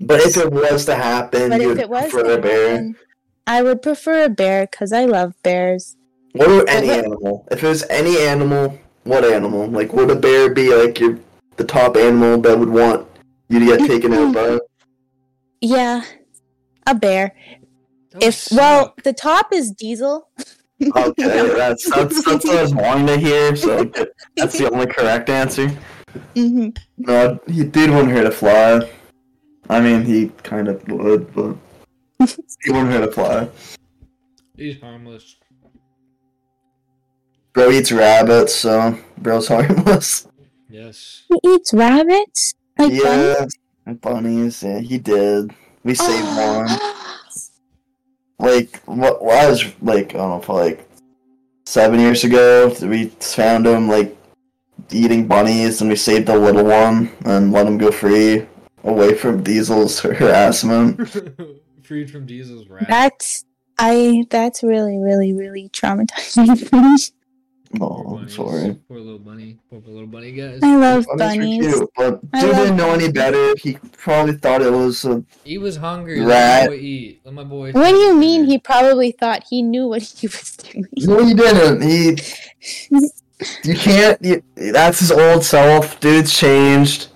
B: But if it was to happen,
C: but
B: you
C: if
B: would
C: it was
B: prefer a
C: to
B: bear.
C: happen, I would prefer a bear because I love bears.
B: What about any
C: But-
B: animal? If it was any animal, what animal? Like, would a bear be like your the top animal that would want you to get taken out by?
C: Yeah, a bear.
A: That would
C: If well,
A: suck.
C: the top is Diesel.
B: Okay, that's that's that's what I was wanting to hear. So that's the only correct answer. Mm-hmm.
C: hmm
B: No, he did want her to fly. I mean, he kind of would, but he wouldn't her to fly.
A: he's harmless.
B: Bro eats rabbits, so bro's harmless.
A: Yes.
C: He eats rabbits like bunnies?
B: yeah, bunnies. Yeah, he did. We saved one.
C: Oh.
B: like what I was like I don't know for like seven years ago we found him like eating bunnies and we saved the little one and let him go free away from Diesel's harassment.
A: Freed from Diesel's wrath.
C: That's I. That's really, really, really traumatizing. for me.
A: Poor
B: No, Oh, I'm
A: bunnies.
B: sorry.
A: Poor little bunny. Poor little bunny guys.
C: I love
B: Bunnies are
C: bunnies.
B: cute, but
C: I
B: dude
C: love
B: didn't know any better. He probably thought it was a
A: He was hungry. Let my
B: Rat.
A: boy eat. Let my boy.
C: What do you mean? He probably thought he knew what he was doing.
B: No, he didn't. He. You can't. You, that's his old self. Dude's changed.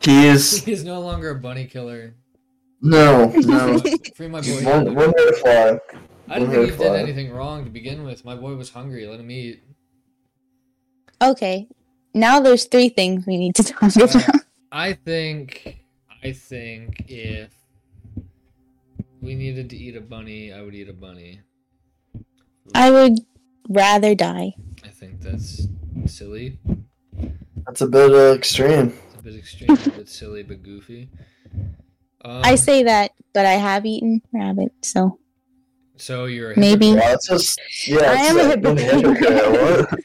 B: He is.
A: He's no longer a bunny killer.
B: No, no.
A: Free my
B: Um, He's
A: boy.
B: one, one way to fly.
A: I didn't
B: one
A: think he
B: way to
A: did
B: fly.
A: anything wrong to begin with. My boy was hungry. Let him eat.
C: Okay, now there's three things we need to talk about.
A: I think. I think if we needed to eat a bunny, I would eat a bunny.
C: I would rather die.
A: I think that's silly.
B: That's a bit uh, extreme.
A: It's a bit extreme, a bit silly, but goofy. Um,
C: I say that, but I have eaten rabbit, so
A: so. You're a
C: maybe.
A: hypocrite.
B: Yeah, it's just. Yeah,
C: I
B: it's
C: am a
B: like,
C: hypocrite.
B: hypocrite, what?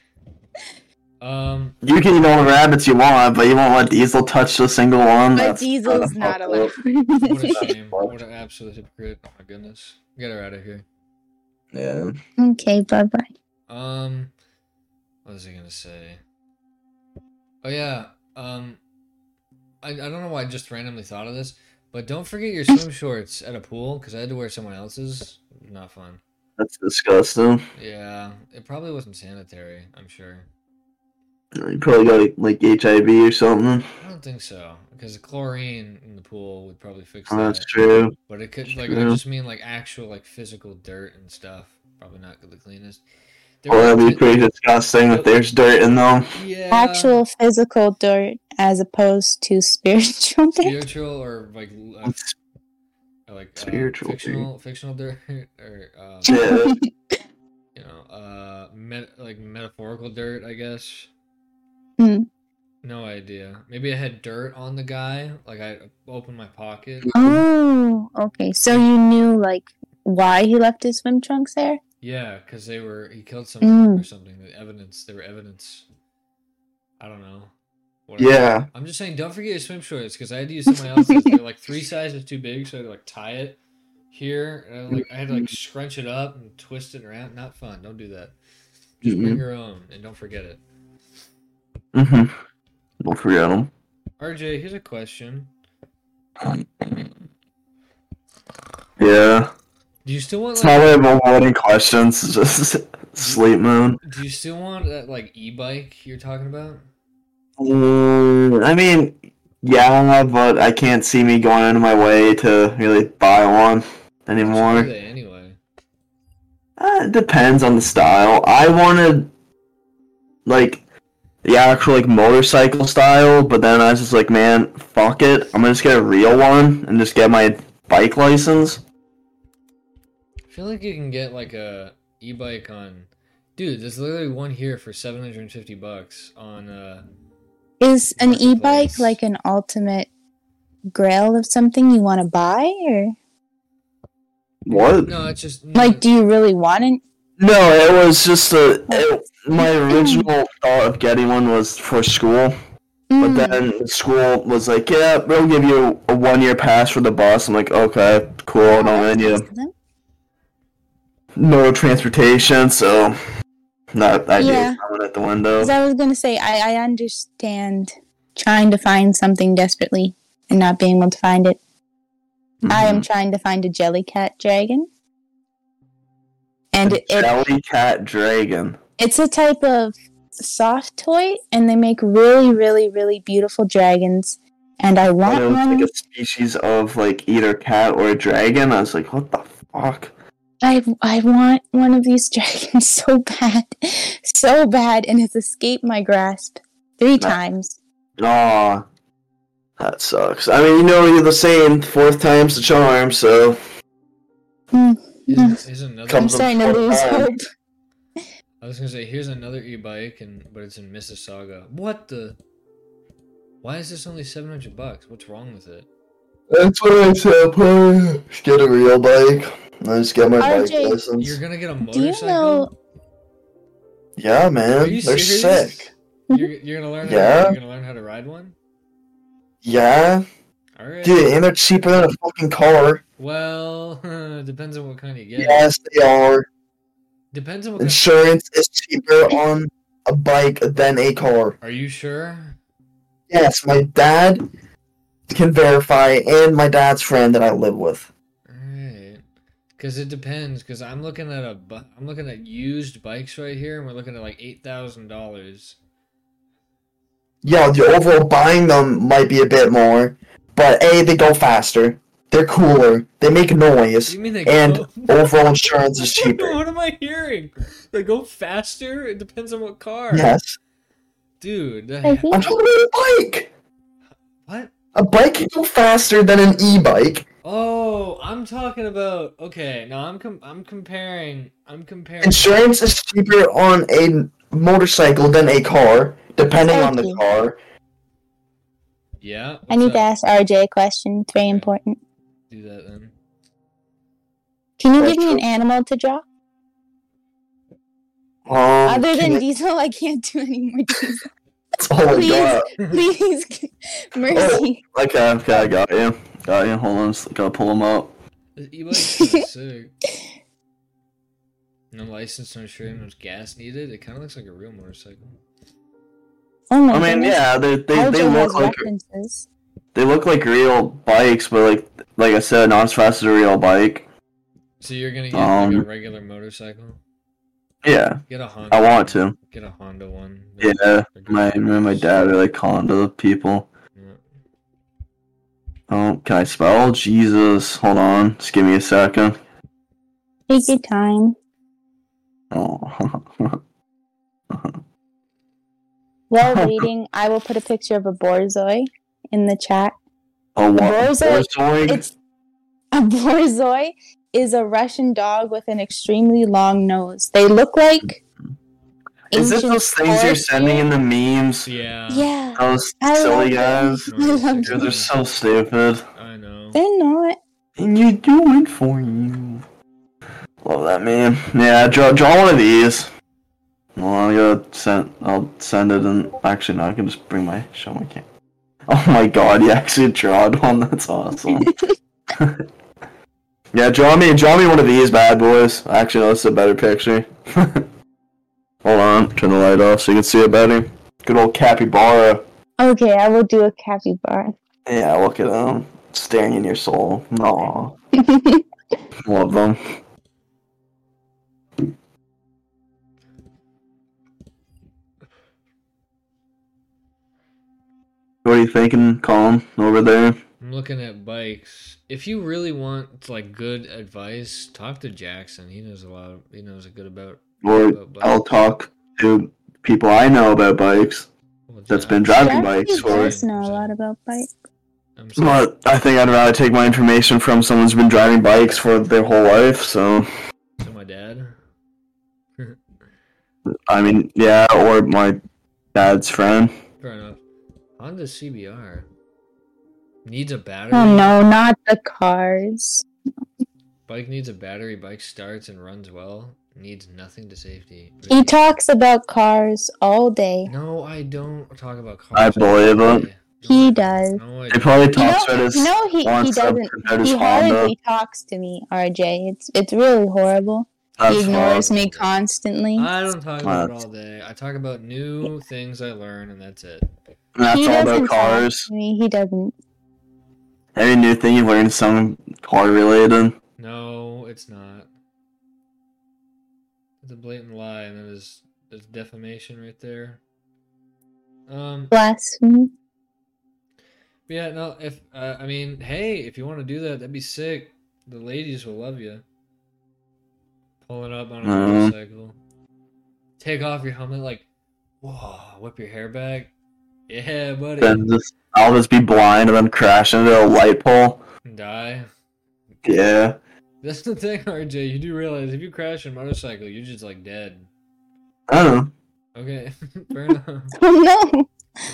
A: Um,
B: You can eat all the rabbits you want, but you won't let Diesel touch a single one.
C: But
B: That's
C: Diesel's
B: kinda
C: not
B: fucked
C: allowed.
B: up.
A: what a shame! What an absolute hypocrite! Oh my goodness, get her out of here.
B: Yeah.
C: okay, bye bye.
A: Um, what was I gonna say? Oh yeah. Um, I I don't know why I just randomly thought of this, but don't forget your swim shorts at a pool because I had to wear someone else's. Not fun.
B: That's disgusting.
A: Yeah, it probably wasn't sanitary. I'm sure.
B: You probably got like HIV or something.
A: I don't think so because the chlorine in the pool would probably fix
B: Oh, that's
A: that.
B: true.
A: But it could like I
B: True.
A: just mean like actual like physical dirt and stuff. Probably not the cleanest. There
B: Well,
A: were
B: that'd be
A: t-
B: pretty disgusting if there's dirt in them.
A: yeah,
C: Actual physical dirt as opposed to spiritual dirt.
A: spiritual or like l- uh, or, like uh,
B: Spiritual dirt.
A: fictional fictional dirt or uh,
B: Yeah.
A: you know uh met- like metaphorical dirt I guess.
C: Hmm.
A: No idea. Maybe I had dirt on the guy. Like I opened my pocket.
C: Oh, okay. So you knew like why he left his swim trunks there?
A: Yeah, because they were he killed someone or something. The evidence. They were evidence. I don't know. Whatever.
B: Yeah.
A: I'm just saying, don't forget your swim shorts because I had to use someone else's. They're like three sizes too big, so I had to like tie it here. And I, like I had to like scrunch it up and twist it around. Not fun. Don't do that. Just bring your own and don't forget it.
B: hmm Don't forget them.
A: RJ, here's a question.
B: Yeah.
A: Do you still want
B: It's
A: like
B: not really about avoiding questions. It's just Sleep mode.
A: Do you still want that like e-bike you're talking about?
B: Mm, I mean, yeah, but I can't see me going out of my way to really buy one
A: Just
B: anymore.
A: do that anyway.
B: Uh, it depends on the style. I wanted like the actual like motorcycle style, but then I was just like, man, fuck it. I'm gonna just get a real one and just get my bike license.
A: I feel like you can get like a e-bike on dude, there's literally one here for seven hundred and fifty bucks on uh
C: Is an e bike
A: Marketplace.
C: like an ultimate grail of something you want to buy? Or,
B: What?
A: no, it's just
C: like, do you really want an
B: No, it was just a. It, my original thought of getting one was for school, but
C: Mm,
B: then school was like, yeah, we'll give you a one year pass for the bus. I'm like, okay, cool. I don't really need a no transportation, so not I
C: Yeah.
B: yeah. coming at the window.
C: 'Cause I was gonna say I, I understand trying to find something desperately and not being able to find it.
B: Mm-hmm.
C: I am trying to find a jellycat dragon, and it, it
B: Jelly cat dragon.
C: it's a type of soft toy, and they make really, really, really beautiful dragons. And I
B: I
C: want
B: know it's
C: one.
B: like a species of like either cat or a dragon. I was like, what the fuck?
C: I I want one of these dragons so bad, so bad, and it's escaped my grasp three
B: No.
C: times.
B: Aw. That sucks. I mean, you know, you're the same. Fourth time's the charm, so.
C: Hmm.
A: is, is another
C: I'm
B: Comes up
C: starting to
B: short
C: lose
B: time.
C: hope.
A: I was gonna say here's another e-bike and but it's in Mississauga. What the why is this only seven hundred bucks? What's wrong with it?
B: That's what I said. Play. Get a real bike. I just get my
C: bike RJ,
B: license.
A: You're gonna get a
C: Do you
A: motorcycle?
C: know?
B: Yeah,
A: Are
B: man.
A: you
B: They're
A: serious?
B: sick.
A: You're, you're gonna learn. how to-
B: Yeah.
A: you're gonna learn how to ride one.
B: Yeah.
A: All right.
B: Dude, and they're cheaper than a fucking car.
A: Well, depends on what kind you get.
B: Yes, they are.
A: Depends on what. Kind
B: Insurance is cheaper on a bike than a car.
A: Are you sure?
B: Yes, my dad can verify, and my dad's friend that I live with.
A: All right. Because it depends. Because I'm looking at a. bu- I'm looking at used bikes right here, and we're looking at like eight thousand dollars.
B: Yeah, the overall buying them might be a bit more, but A, they go faster, they're cooler, they make noise,
A: You mean they
B: and
A: go?
B: overall insurance is cheaper.
A: what am I hearing? They go faster. It depends on what car.
B: Yes.
A: Dude. the
C: I
A: he-
B: I'm
C: think
B: talking about a bike!
A: What?
B: A bike can go faster than an e bike.
A: Oh, I'm talking about. Okay, now I'm com- I'm comparing. I'm comparing.
B: Insurance is cheaper on a motorcycle than a car, depending on the
C: Thank you.
B: car.
A: Yeah.
C: I
A: what's
C: need to
A: up?
C: ask RJ a question. It's very important.
A: Do that then.
C: Can you
B: That's
C: give me an
B: true.
C: animal to draw?
B: Um,
C: Other
B: can
C: than
B: I-
C: Diesel, I can't do any more Diesel.
B: that's all I
C: please.
B: got.
C: Please,
B: Oh.
C: mercy.
B: Okay, okay, I got you. Got you. Hold on, just gotta pull him up.
A: The e-bike's kinda sick. No license, no insurance, no gas needed. It kind of looks like a real motorcycle.
C: Oh my
B: I mean,
C: goodness.
B: yeah, they they, they
C: RJ
B: look
C: has
B: like
C: references.
B: they look like real bikes, but like like I said, not as fast as a real bike.
A: So you're gonna get like, a
B: Um,
A: regular motorcycle?
B: Yeah,
A: Get a Honda.
B: I want to.
A: Get a Honda one.
B: Yeah,
A: They're good.
B: my me and my dad are like calling to the people.
A: Yeah.
B: Oh, can I spell? Jesus, hold on, just give me a second.
C: Take your time.
B: Oh,
C: While waiting, I will put a picture of a borzoi in the chat.
B: oh, what?
C: Borzoi-
B: Borzoi?
C: It's a borzoi is a Russian dog with an extremely long nose. They look like.
B: Is it
C: ancient
B: those things you're
C: forest
B: sending in the memes?
A: Yeah.
C: Yeah,
B: Those
C: I
B: silly
C: love
B: guys.
A: No, it's
C: I
A: sick.
C: love
B: Dude, they're so stupid.
A: I know.
C: they're not.
B: And you do it for you. Love that man. Yeah, draw, draw one of these. Well, I gotta send. I'll send it and actually, no, I can just bring my show my camera. Oh my god, you actually drawed one. That's awesome. yeah, draw me, draw me one of these bad boys. Actually, no, that's a better picture. Hold on, turn the light off so you can see it better. Good old capybara.
C: Okay, I will do a capybara.
B: Yeah, look at them staring in your soul. Aww. Love them. you thinking, Colin, over there?
A: I'm looking at bikes. If you really want like good advice, talk to Jackson. He knows a lot. Of, he knows a good about.
B: Or
A: about bikes.
B: I'll talk to people I know about bikes
A: Well,
B: that's
A: Jack-
B: been driving
C: Jack
B: bikes for
C: does
B: us.
C: know a lot about bikes.
A: I'm sorry.
B: But I think I'd rather take my information from someone who's been driving bikes for their whole life, so.
A: So my dad.
B: I mean, yeah, or my dad's friend.
A: Fair enough. Honda CBR needs a battery.
C: Oh no, not the cars.
A: Bike needs a battery. Bike starts and runs well. Needs nothing to safety.
C: He talks about cars all day.
A: No, I don't talk about cars.
B: I believe
A: all
B: it.
A: day.
C: He
A: No, I-
C: does.
A: No, I
B: He
A: don't.
B: probably
C: You
B: talks about
C: know,
B: his
C: you know he, he
B: wants to
C: doesn't.
B: about his
C: He
B: Honda.
C: hardly talks to me, RJ. It's it's really horrible. he
B: That's
C: ignores
B: fine.
C: me constantly.
A: I don't talk about it
B: Class.
A: all day. I talk about new things I learn, and that's it.
B: That's
C: he
B: all
C: doesn't
B: about
C: talk
B: cars.
C: to me. He doesn't.
B: Every new thing you learn is some car related.
A: No, it's not. It's a blatant lie, and that is that's defamation right there. Um.
C: Blasphemy.
A: But Yeah, no, if uh, I mean, hey, if you want to do that, that'd be sick. The ladies will love you. Pulling up on a
B: Mhm.
A: motorcycle. Take off your helmet, like, whoa, whip your hair back. Yeah, buddy.
B: Then just, I'll just be blind and then crash into a light pole.
A: And die.
B: Yeah.
A: That's the thing, RJ. You do realize if you crash a motorcycle, you're just like dead.
B: I don't know.
A: Okay, fair enough.
C: Oh no.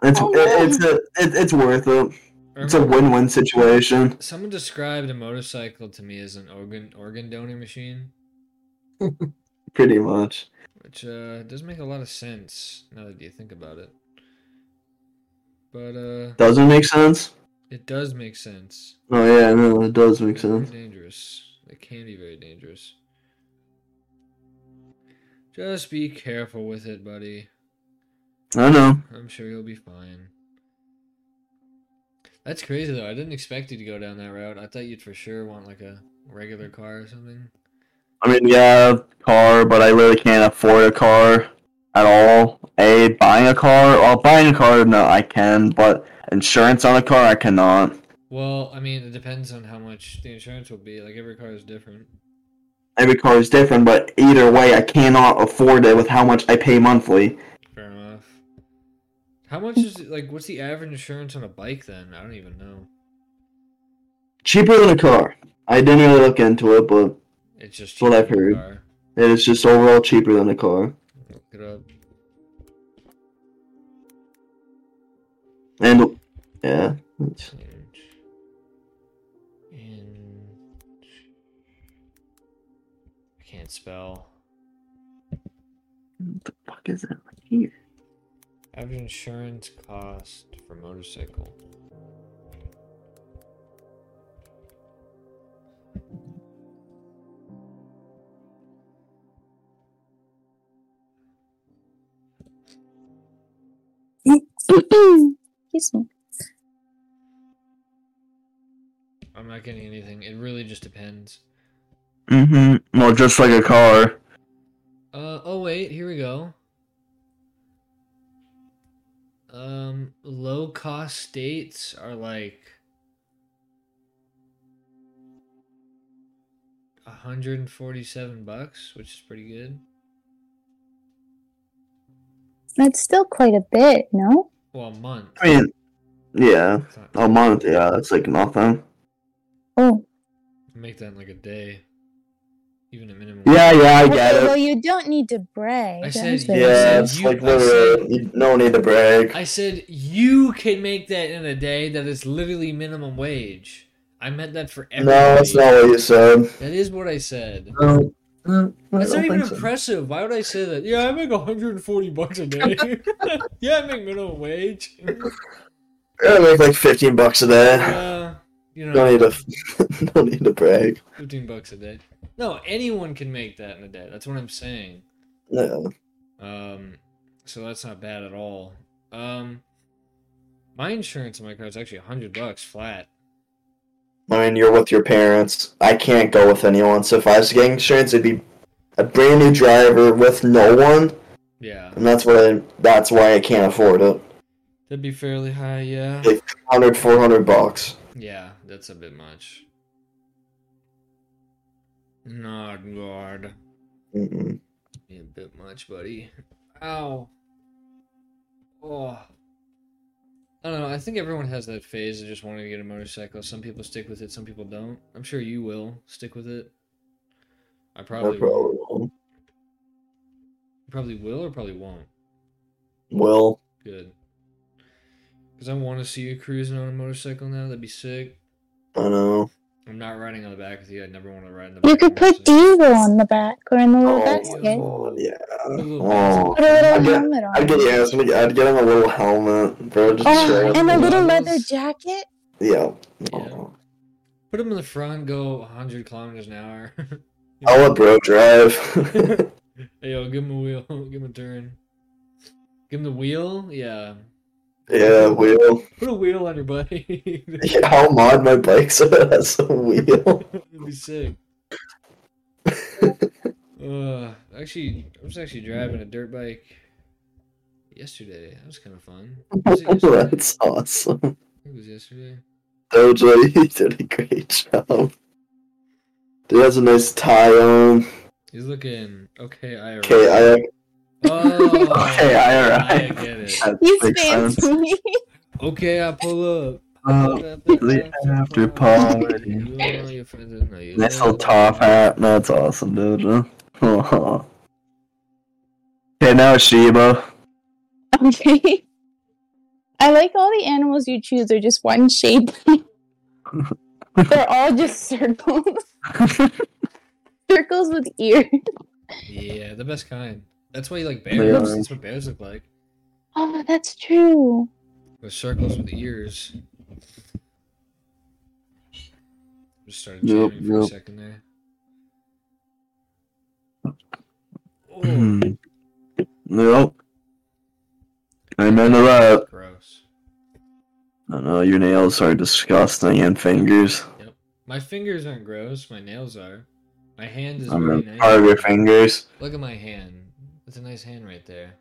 B: It's
C: Oh, no.
B: it, it's a, it, it's worth it. It's a
A: Remember-
B: win-win situation.
A: Someone described a motorcycle to me as an organ organ donor machine.
B: Pretty much.
A: which uh, does make a lot of sense now that you think about it. But uh,
B: Doesn't make sense?
A: it does make sense.
B: Oh yeah, no, it does make
A: They're
B: sense.
A: very dangerous. They can be very dangerous. Just be careful with it, buddy.
B: I know.
A: I'm sure you'll be fine. That's crazy though. I didn't expect you to go down that route. I thought you'd for sure want like a regular car or something.
B: I mean, yeah, car, but I really can't afford a car at all. A buying a car, well, buying a car, no, I can, but insurance on a car, I cannot.
A: Well, I mean, it depends on how much the insurance will be. Like every car is different.
B: Every car is different, but either way, I cannot afford it with how much I pay monthly.
A: Fair enough. How much is it, like? What's the average insurance on a bike then? I don't even know.
B: Cheaper than a car. I didn't really look into it, but
A: It's just
B: That's what I've
A: cheaper than a
B: heard.
A: car.
B: it is just overall cheaper than a car.
A: Look it up.
B: And yeah, it's-
A: Change. In. I can't spell.
B: what the fuck is that here?
A: Average insurance cost for motorcycle.
C: Excuse me.
A: I'm not getting anything. It really just depends.
B: Mm-hmm. Well, just like a car.
A: Uh oh wait, here we go. Um low cost states are like 147 bucks, which is pretty good.
C: That's still quite a bit, no?
A: Well, a month.
B: I mean, um, yeah,
A: It's not-
B: a month. Yeah, that's like nothing.
C: Oh.
A: Make that in like a day. Even a minimum.
B: Yeah, yeah, I
C: Okay,
B: get it.
C: Well, you don't need to brag.
A: I
C: That
A: said
C: was
A: Yeah,
C: very
B: Yeah,
A: so
B: it's
A: you-
B: like
A: I said-
B: literally, you no need to brag.
A: I said you can make that in a day that is literally minimum wage. I meant that for everybody.
B: No, that's not what you said.
A: That is what I said.
C: Uh,
B: No, no,
A: That's not even impressive. Why would I say that? Yeah, I make 140 bucks a day. yeah, I make minimum wage.
B: I make like fifteen bucks a day.
A: Uh, you
B: No
A: know,
B: need to, no need to brag.
A: 15 bucks a day. No, anyone can make that in a day. That's what I'm saying.
B: No.
A: Um, so that's not bad at all. Um, my insurance on my car is actually 100 bucks flat.
B: I mean, you're with your parents. I can't go with anyone. So if I was getting insurance, it'd be a brand new driver with no one,
A: Yeah.
B: and that's what I, that's why I can't afford it.
A: That'd be fairly high, yeah.
B: 100, 400 bucks.
A: Yeah, that's a bit much. Not God.
B: Mm-mm.
A: Be a bit much, buddy. Ow. Oh. I don't know. I think everyone has that phase of just wanting to get a motorcycle. Some people stick with it, some people don't. I'm sure you will stick with it. I
B: I
A: probably
B: probably won't.
A: probably will or probably won't.
B: Well,
A: Good. Cause I want to see you cruising on a motorcycle now. That'd be sick.
B: I know.
A: I'm not riding on the back with you. I never want to ride in the back.
C: You
A: of a
C: could put
A: motorcycle.
C: diesel on the back or in the
B: Oh,
C: little basket.
B: Oh, yeah.
A: Put a little
B: Oh.
C: Put a little
B: I'd get-
C: helmet
B: I'd
C: on.
B: get, yeah, somebody, I'd get him a little helmet, bro. Just
C: Oh,
B: straight
C: and a
B: up.
C: little
A: goggles.
C: leather jacket.
B: Yeah.
A: Yeah. Put him in the front, go 100 kilometers an hour.
B: I'll let bro drive.
A: hey, yo, give him a wheel. give him a turn. Give him the wheel? Yeah.
B: yeah, wheel.
A: Put a wheel on your buddy. That'd
B: Yeah, I'll mod my bike so it has a wheel.
A: be sick. uh, actually, I was actually driving a dirt bike yesterday. That was kind of fun. Was it yesterday? I think
B: That's awesome.
A: it was yesterday.
B: Dojo, you did a great job. Dude has a nice tie on.
A: He's looking okay. I
B: Okay, I
A: Oh,
B: okay,
A: I
B: I
A: get it.
B: That
C: You
B: makes sense.
C: fancy me.
A: Okay, I pull up.
B: Uh, the after party.
A: You and all your friends are- no, you
B: nice
A: know.
B: little top hat. That's awesome, Dojo. Aw. okay, now Sheba.
C: Okay. I like all the animals you choose are just one shape. They're all just circles.
A: Hmm.
C: circles with ears.
A: Yeah, the best kind. That's why you like
B: They
A: bears.
B: are.
A: That's what bears look like.
C: Oh, that's true.
A: With circles with ears. Just started
B: Yep,
A: jamming for a
B: yep.
A: second there. Oh,
B: Mm. nope. I'm in the lab.
A: gross.
B: I know your nails are disgusting and fingers.
A: My fingers aren't gross. My nails are. My hand is
B: I'm
A: really
B: gonna
A: nice.
B: carve your fingers.
A: Look at my hand. That's a nice hand right there.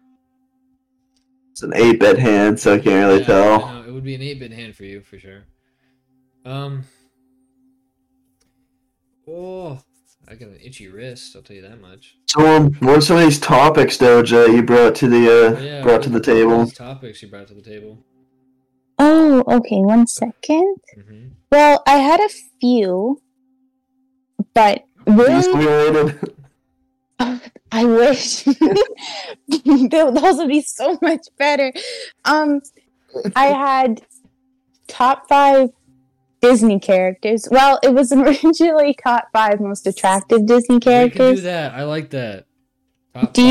B: It's an 8 bit hand, so I can't really
A: Yeah,
B: tell.
A: I know, It would be an eight bit hand for you for sure. Um. Oh, I got an itchy wrist. I'll tell you that much.
B: So, um, what are some of these topics, Doja, you brought to the uh,
A: Yeah.
B: brought to the
A: what-
B: table?
A: these topics you brought to the table.
C: Oh, okay, one second.
A: hmm
C: Well, I had a few, but
B: These
C: really,
B: related.
C: I wish Tho- those would be so much better. Um, I had top five Disney characters. Well, it was originally top five most attractive Disney
A: We can do
C: characters.
A: that. I like that. Top
C: Do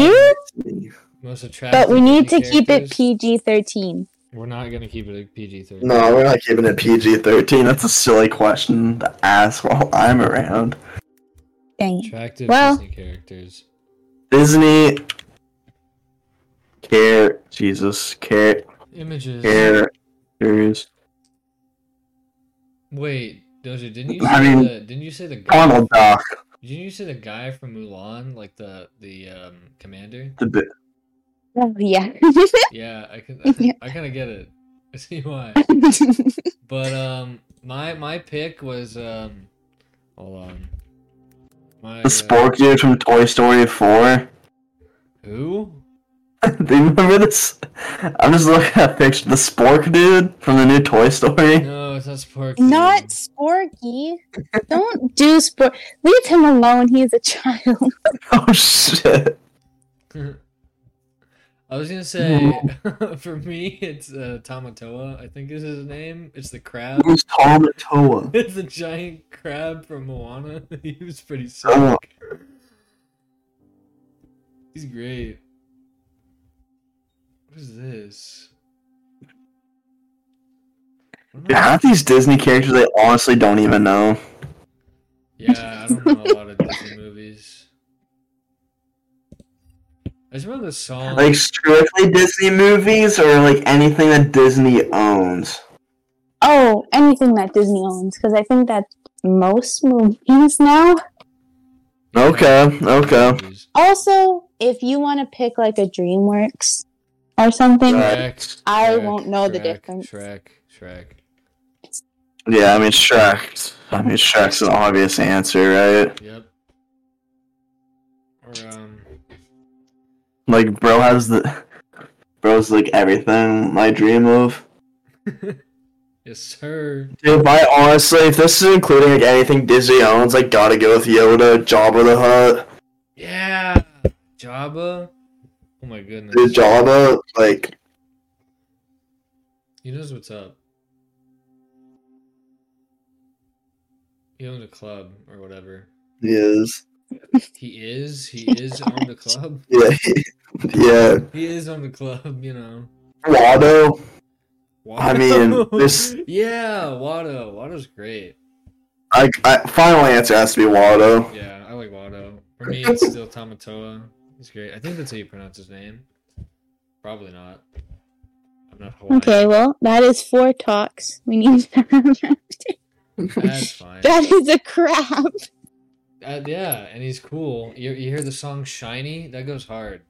A: five
C: you?
A: Most attractive.
C: But we need to
A: Disney
C: keep it
A: characters.
C: PG thirteen.
A: We're not gonna keep it a PG thirteen.
B: No, we're not keeping it PG 13. That's a silly question to ask while I'm around.
C: Dang it.
A: Attractive
C: Well-
A: Disney characters.
B: Disney. Care. Jesus. Care.
A: Images.
B: Characters.
A: Wait, Doja, didn't you? Say
B: I mean,
A: the, didn't you say the guy?
B: Donald Duck.
A: Didn't you say the guy from Mulan, like the the um, commander?
B: The bi-
C: Oh, yeah.
A: Yeah, I can.
C: Yeah.
A: I kind of get it. I see why.
C: okay.
A: But um, my my pick was um, hold on. My
B: The
A: uh,
B: spork dude from Toy Story 4.
A: uh, who?
B: Do you remember this? I'm just looking at a picture. The spork dude from the new Toy Story.
A: No, it's not Sporky.
C: Not Sporky. Don't do Spork. Leave him alone. He's a child.
B: Oh shit.
A: I was gonna say for me, it's uh, Tamatoa. I think is his name. It's the crab.
B: Who's Tomatoa?
A: It's the giant crab from Moana. he was pretty sick.
B: Oh.
A: He's great. What is this? What am I-
B: Dude, half these Disney characters I honestly don't even know.
A: Yeah, I don't know a lot of Disney movies. I just remember the song.
B: Like strictly Disney movies or like anything that Disney owns.
C: Oh, anything that Disney owns, because I think that's most movies now.
B: Okay, okay.
A: Movies.
C: Also, if you want to pick like a DreamWorks, or something.
B: Right.
A: Shrek,
C: I
A: Shrek,
C: won't know the
A: Shrek,
C: difference.
A: Shrek, Shrek.
B: Yeah, I mean Shrek. I mean Shrek's an obvious answer, right?
A: Yep. Or um,
B: Like bro has the bro's like everything I dream of.
A: yes, sir.
B: Dude, I honestly, if this is including like anything Disney owns, I gotta go with Yoda, Jabba the Hutt,
A: Yeah, Jabba. Oh my goodness.
B: dude, Jabba. Like,
A: He knows what's up. He owns a club or whatever.
B: he is.
A: He is. He is on the club.
B: Yeah, yeah.
A: He is on the club. You know.
B: Wado. I mean,
A: Watto.
B: this-
A: Yeah, Watto. Watto's great.
B: I, I final answer has to be Wado.
A: Yeah, I like Watto. For me, it's still Tamatoa. He's great. I think that's how you pronounce his name. Probably not. I'm not Hawaiian.
C: Okay, well, that is four talks. We need to
A: That's fine.
C: That is a crap.
A: Uh, yeah, and he's cool. You, you hear the song "Shiny"? That goes hard.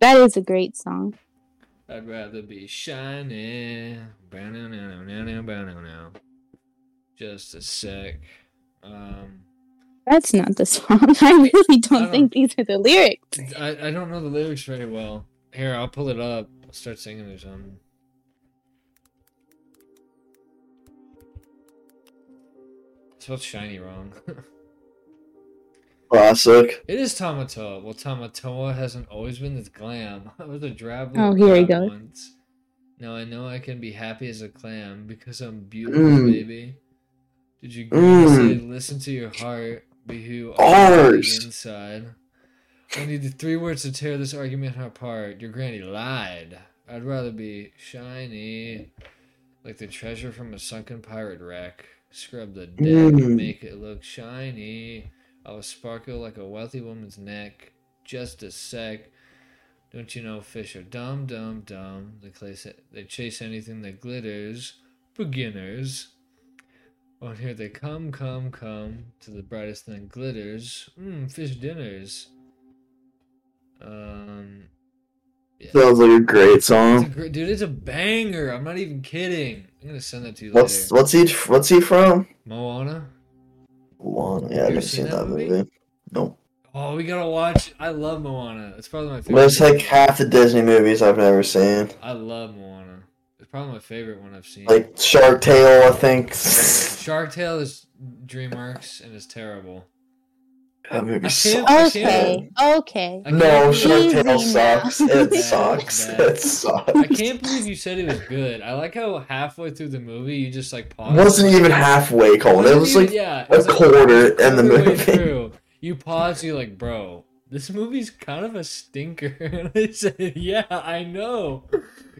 C: That is a great song.
A: I'd rather be shiny. Ba-na-na-na-na-na-ba-na-na. Just a sec. Um,
C: That's not the song. I really don't
A: I
C: think these are the lyrics.
A: I, I don't know the lyrics very well. Here, I'll pull it up. I'll start singing or something. I spelled shiny wrong.
B: Classic.
A: it is Tamatoa. Well, Tamatoa hasn't always been this glam. I was a drab
C: Oh,
A: little
C: here we
A: crab
C: go.
A: once. Now I know I can be happy as a clam because I'm beautiful,
B: Mm.
A: baby. Did you
B: Mm.
A: say listen to your heart, be who you are on the
B: Ours.
A: inside? I need the three words to tear this argument apart. Your granny lied. I'd rather be shiny, like the treasure from a sunken pirate wreck. Scrub the deck,
B: Mm.
A: make it look shiny. I will sparkle like a wealthy woman's neck. Just a sec. Don't you know fish are dumb, dumb, dumb? They, place they chase anything that glitters. Beginners. Oh, and here they come, come, come to the brightest thing glitters. Mmm, fish dinners. Um, yeah.
B: Sounds like a great
A: It's a
B: song.
A: gr- dude, it's a banger. I'm not even kidding. I'm gonna send that to you
B: What's
A: later.
B: what's he what's he from?
A: Moana.
B: Moana. Yeah, I've never seen that movie. No,
A: Oh, we gotta watch. I love Moana. It's probably my favorite.
B: there's like
A: movie.
B: half the Disney movies I've never seen.
A: I love Moana. It's probably my favorite one I've seen.
B: Like Shark Tale, I think.
A: Shark Tale is DreamWorks and is terrible.
B: that movie
A: I
B: sucks.
A: can't- I can't-
C: Okay, okay.
A: I
B: No,
A: can't believe-
B: Shark Tale
C: Easy
B: sucks.
C: now.
B: It
A: Yeah,
B: sucks.
A: it's bad.
B: It sucks.
A: I can't believe you said it was good. I like how halfway through the movie you just like paused.
B: wasn't even halfway, Colin. It
A: Wasn't
B: was
A: even-
B: like
A: yeah, it
B: a
A: was, like,
B: quarter in
A: quarter
B: the
A: way
B: movie.
A: through. You pause. You're like, bro, this movie's kind of a stinker. And I said, yeah, I know.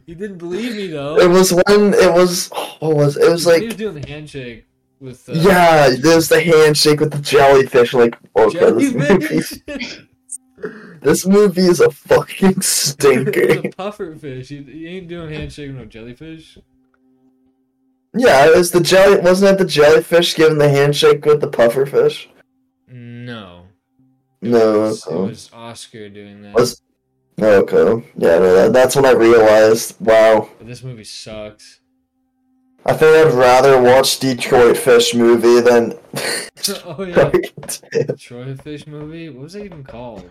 A: You didn't believe me though.
B: It was when it was oh, what was it was
A: he was
B: like
A: doing the handshake with uh,
B: yeah, there's the handshake with the jellyfish. Like okay, this movie,
A: jellyfish.
B: this movie is a fucking stinker.
A: the puffer fish. You, you ain't doing handshake with no jellyfish.
B: yeah, it was the jelly. Wasn't it the jellyfish giving the handshake with the pufferfish?
A: No. It
B: No,
A: was, it
B: okay.
A: was Oscar doing that.
B: Uh, Was- okay. Yeah, no, that, that's when I realized. Wow,
A: But this movie sucks.
B: I think I'd rather watch Detroit Fish movie than.
A: oh yeah,
B: the
A: Troy Fish movie. What was that even called?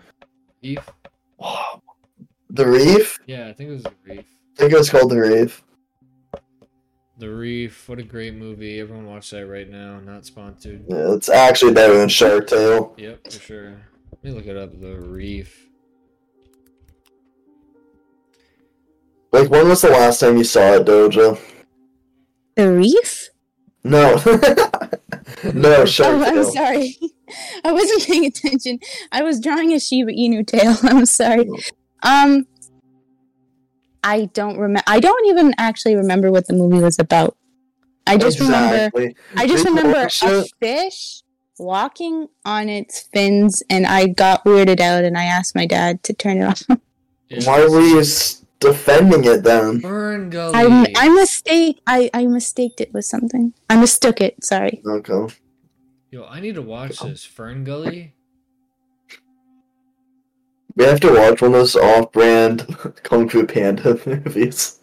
A: Reef.
B: reef.
A: Yeah, I think it was the Reef.
B: I think it was called the reef.
A: The Reef. What a great movie. Everyone watch that right now. Not sponsored.
B: Yeah, it's actually better than Shark Tale.
A: Yep, for sure. Let me look it up. The Reef.
B: Like, when was the last time you saw it, Dojo?
C: The Reef?
B: No. no, Shark
C: Oh, I'm
B: Tale.
C: sorry. I wasn't paying attention. I was drawing a Shiba Inu tail. I'm sorry. Um, I don't remember. I don't even actually remember what the movie was about. I just remember.
B: Exactly.
C: I just
B: Big
C: remember
B: Lord
C: a
B: shit.
C: fish walking on its fins, and I got weirded out, and I asked my dad to turn it off.
A: Yeah.
B: Why were you s- defending it then?
A: Burn Gully.
C: I, I mistake. I I mistaked it with something. I mistook it. Sorry.
B: Okay. Oh.
A: Yo, I need to watch this. Fern Gully?
B: We have to watch one of those off-brand Kung Fu Panda movies.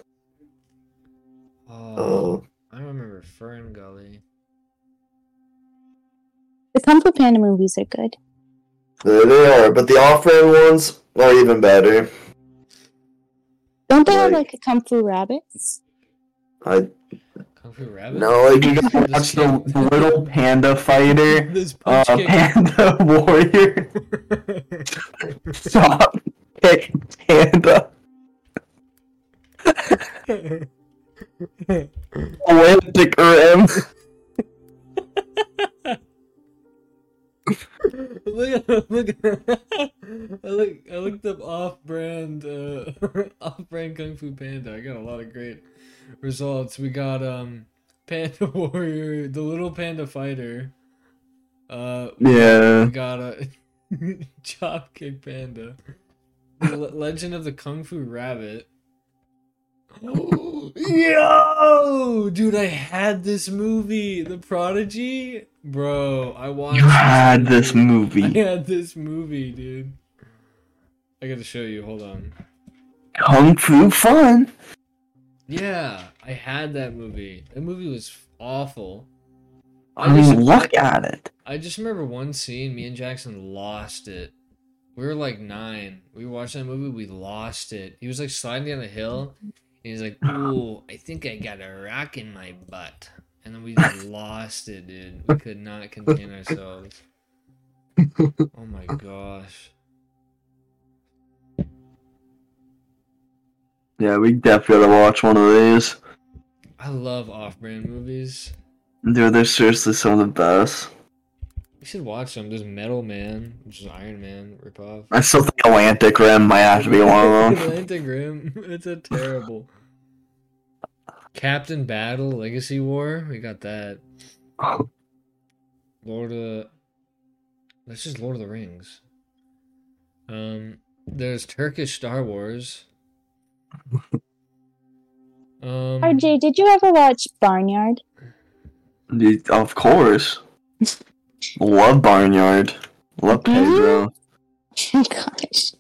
A: Oh,
B: Oh,
A: I remember Fern Gully.
C: The Kung Fu Panda movies are good.
B: they, they are, but the off-brand ones are even better.
C: Don't they have
B: Like-
C: like a Kung Fu Rabbit?
B: I
A: Kung Fu Rabbit?
B: no, like you gotta
A: This
B: watch the,
A: kid-
B: the little panda fighter,
A: This
B: uh,
A: punch
B: panda warrior,
A: kick.
B: stop kick panda. Atlantic Rim.
A: look at look at I look I looked up off brand uh off brand Kung Fu Panda. I got a lot of great results. We got um Panda Warrior, the little panda fighter. Uh
B: Yeah.
A: we got a chop kick panda. The Le- Legend of the Kung Fu Rabbit. Yo, dude, I had this movie, The Prodigy, bro. I watched.
B: You had this movie.
A: I had this movie, dude. I gotta show you. Hold on.
B: Kung Fu Fun.
A: Yeah, I had that movie. That movie was awful.
B: I mean, look at it.
A: I just remember one scene. Me and Jackson lost it. We were like nine. We watched that movie. We lost it. He was like sliding down the hill, and he's like, "Ooh, I think I got a rock in my butt." And then we just lost it, dude. We could not contain ourselves. Oh my gosh.
B: Yeah, we definitely gotta watch one of these.
A: I love off-brand movies.
B: Dude, they're seriously some of the best.
A: We should watch them. There's Metal Man, which is Iron Man ripoff.
B: I still think Atlantic Rim might have to be one of them.
A: Atlantic Rim. It's a terrible. Captain Battle, Legacy War. We got that. Lord of the. That's just Lord of the Rings. Um, there's Turkish Star Wars. Um,
C: RJ, did you ever watch Barnyard?
B: Dude, of course. Love Barnyard. Love
C: Mm-hmm.
B: Pedro.
C: Gosh.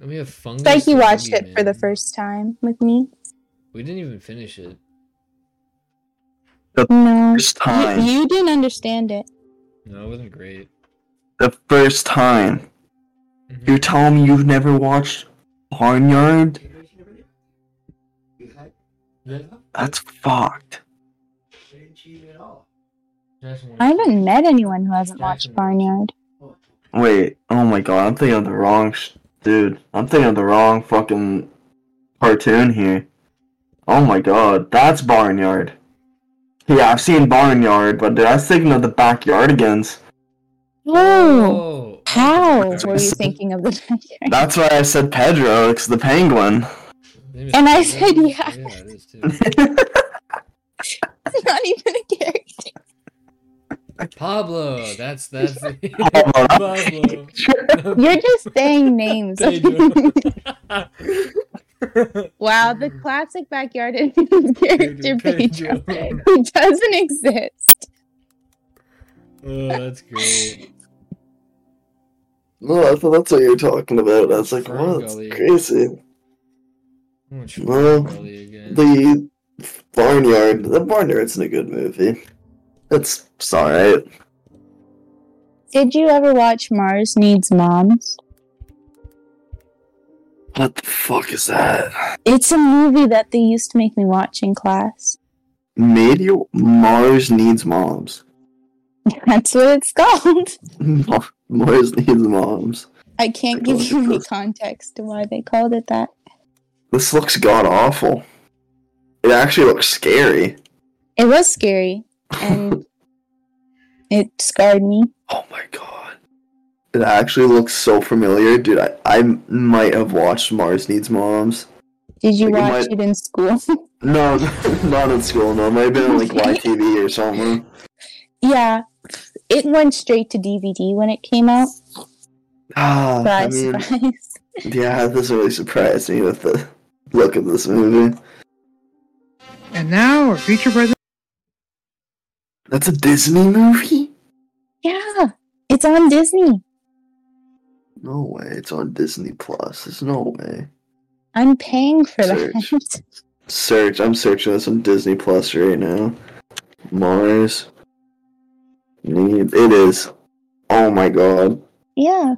A: and we have Fungus.
C: It's like you
A: the
C: watched
A: Boogeyman.
C: it for the first time with me.
A: We didn't even finish it.
C: No.
B: First time.
C: You, you didn't understand it.
A: No, it wasn't great.
B: The first time.
A: Mhm.
B: You're telling me you've never watched Barnyard?
D: You had
B: That's fucked.
D: I didn't cheat at all.
A: Jackson
C: I
A: wanted to-
C: haven't met anyone who hasn't watched
A: Jackson.
C: Barnyard.
D: Oh,
B: Wait, oh my god, I'm thinking of the wrong sh- dude. I'm thinking of the wrong fucking cartoon here. Oh my god, that's Barnyard. Yeah, I've seen Barnyard, but dude, I was thinking of the Backyardigans.
C: Oh.
A: Oh,
C: How
A: That's
C: were
A: what I
C: you
B: said.
C: thinking of the Barnyard?
B: That's why I said Pedro, it's the penguin.
A: Name is
C: And I
A: Pedro?
C: said yes.
A: Yeah, it is too.
C: It's not even a character.
A: Pablo, that's that's
B: Pablo.
A: Pablo.
C: You're just saying names.
A: Pedro.
C: wow, the classic backyard Indian character
A: Pedro.
C: Pedro, who doesn't exist.
A: oh, that's great.
B: No, I thought that's what you were talking about. I was like,
A: Fern
B: wow, that's
A: Gully.
B: crazy.
A: How much
B: Well,
A: Gully again?
B: The Barnyard, the Barnyard's not a good movie. It's, it's alright.
C: Did you ever watch Mars Needs Moms?
B: What the fuck is that?
C: It's a movie that they used to make me watch in class.
B: Maybe Mars needs moms.
C: That's what it's called.
B: Ma- Mars needs moms.
C: I can't give you any context to why they called it that.
B: This looks god awful. It actually looks scary.
C: It was scary and it scarred me.
B: Oh my god. It actually looks so familiar, dude. I, I might have watched Mars Needs Moms.
C: Did you
B: Like, it
C: watch it in school?
B: No, not in school. No, it might have been on like
C: Okay.
B: YTV or something.
C: yeah. It went straight to DVD when it came out.
B: Ah, I
C: Surprise,
B: mean,
C: surprise.
B: yeah, this really surprised me with the look of this movie.
E: And now our feature presentation.
B: That's a Disney movie.
C: Yeah. It's on Disney.
B: No way. It's on Disney Plus. There's no way.
C: I'm paying for
B: Search.
C: that.
B: Search. I'm searching this on Disney Plus right now. Mars. Need. It is. Oh my god.
C: yeah.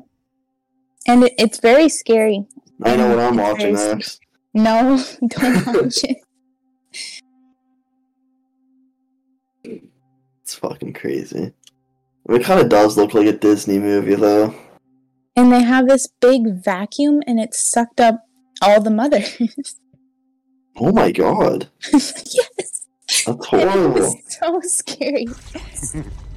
C: And it, it's very scary.
B: I know what I'm
C: It's
B: watching
C: very
B: next.
C: No, don't watch it.
B: It's fucking crazy. It kind of does look like a Disney movie though.
C: And they have this big vacuum and it sucked up all the mothers.
B: Oh my god.
C: yes.
B: That's
C: It was
B: horrible.
C: so scary.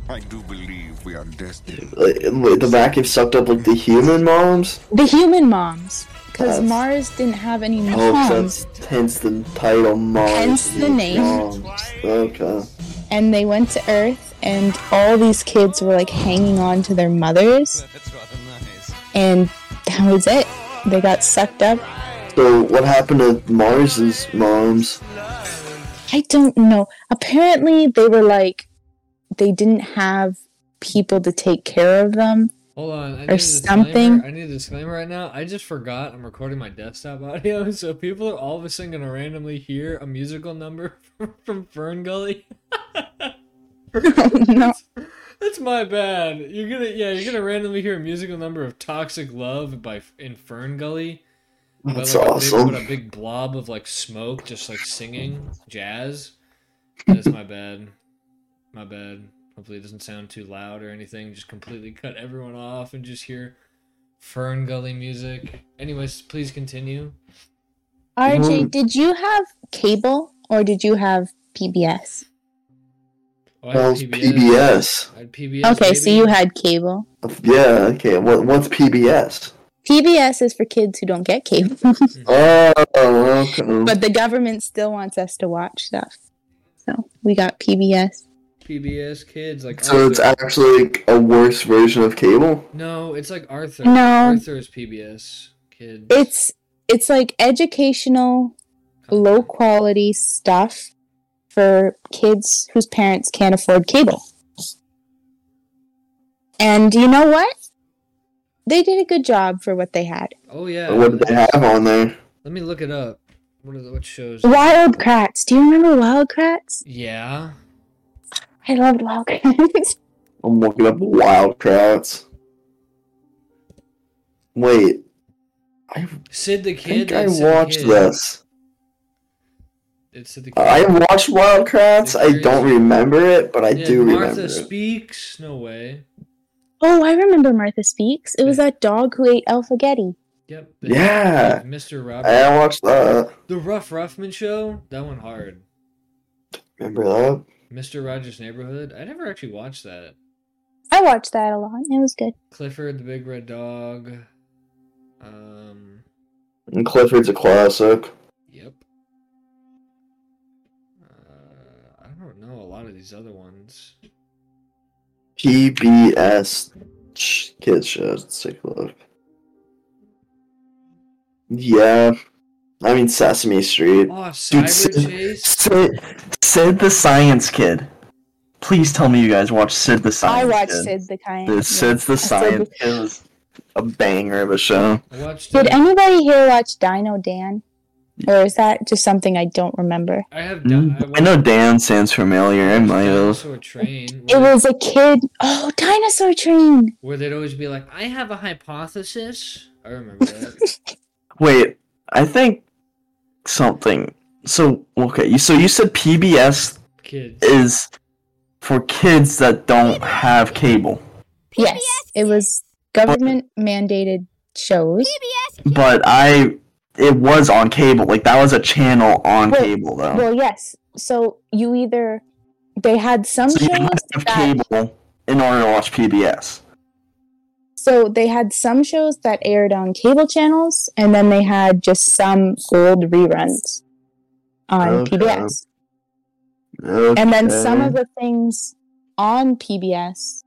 F: I do believe we are destined.
B: Like, wait, the vacuum sucked up like the human moms.
C: The human moms. Because
B: That's-
C: Mars didn't have any
B: Oh,
C: moms.
B: 'cause that's hence the title moms.
C: Hence the
B: need
C: name.
B: moms. Okay.
C: and they went to Earth, and all these kids were like hanging on to their mothers,
G: That's rather nice.
C: and that was it. They got sucked up.
B: So what happened to Mars's moms?
C: I don't know. Apparently, they were like, they didn't have people to take care of them.
A: Hold on. I need
C: Or
A: a disclaimer-
C: something.
A: I need a disclaimer right now. I just forgot I'm recording my desktop audio, so people are all of a sudden gonna randomly hear a musical number from Fern Gully.
C: Oh, no.
A: That's my bad. You're gonna yeah, you're gonna randomly hear a musical number of Toxic Love by in Fern Gully. but,
B: That's
A: like, a big-
B: awesome.
A: but a big blob of like smoke just like singing jazz. That's my bad. My bad. Hopefully it doesn't sound too loud or anything. Just completely cut everyone off and just hear Fern Gully music. Anyways, please continue.
C: RJ,
B: Mm.
C: did you have cable or did you have PBS?
A: Oh, I had
B: Well, it's PBS.
A: I had PBS.
C: okay, so
A: baby.
C: you had cable.
B: Yeah. Okay. What? What's PBS?
C: PBS is for kids who don't get cable,
B: Oh. Okay.
C: but the government still wants us to watch stuff. So we got PBS.
A: PBS kids like
B: so it's
A: Arthur.
B: actually a worse version of cable.
A: No, it's like Arthur.
C: No.
A: Arthur is PBS kid.
C: it's it's like educational low quality stuff for kids whose parents can't afford cable and you know what they did a good job for what they had
A: Oh yeah.
B: What did they have on there?
A: Let me look it up. What is what shows?
C: wild kratts do you remember wild kratts
A: Yeah.
C: i loved wild kratts
B: I'm looking up Wildcrats. Wait. I
A: Sid the kid.
B: think I
A: it's Sid the
B: watched
A: Kid.
B: this.
A: It's Sid the kid.
B: I watched Wildcrats. I
A: Serious?
B: don't remember it, but I
A: Yeah,
B: do
A: Martha
B: remember it.
A: speaks. No way.
C: oh i remember martha speaks it was that dog who ate alphagetti
A: Yep. the-
B: Yeah.
A: Mr. Robert.
B: I watched uh, that.
A: the Rough Ruffman show. That one hard.
B: Remember that?
A: Mr. Rogers' Neighborhood. I never actually watched that.
C: i watched that a lot it was good
A: Clifford the Big Red Dog. Um.
B: And Clifford's a classic.
A: Yep. Uh, I don't know a lot of these other ones. Oh,
B: PBS ch- kids show. Let's take a look. Yeah, I mean Sesame Street.
A: Oh,
B: Dude,
A: Cyber
B: Sid,
A: Chase.
B: Sid, Sid the Science Kid. Please tell me you guys watched Sid the Science.
C: i watched
B: Kid.
C: sid the kind
B: The Sid's the
C: Sid the-
B: Science Kid was a banger of a show.
A: I watched.
C: Did
A: it.
C: anybody here watch Dino Dan? Or is that just something I don't remember?
A: I have. Di-
B: Mm,
A: watched
B: I know Dan sounds familiar. I might have.
A: Also, a train.
C: It
A: Where,
C: was a kid. Oh, Dinosaur Train!
A: where they'd always be like, "I have a hypothesis." I remember that.
B: Wait, I think something. So okay, you so you said PBS
A: Kids.
B: is for kids that don't have cable.
C: Yes, it was government mandated shows.
B: But I, it was on cable. Like that was a channel on
C: Well-
B: cable though.
C: Well, yes. So you either. They had some
B: so you
C: shows
B: must have
C: that.
B: cable in order to watch PBS.
C: So they had some shows that aired on cable channels, and then they had just some old reruns on
B: Okay.
C: PBS. And then some of the things on PBS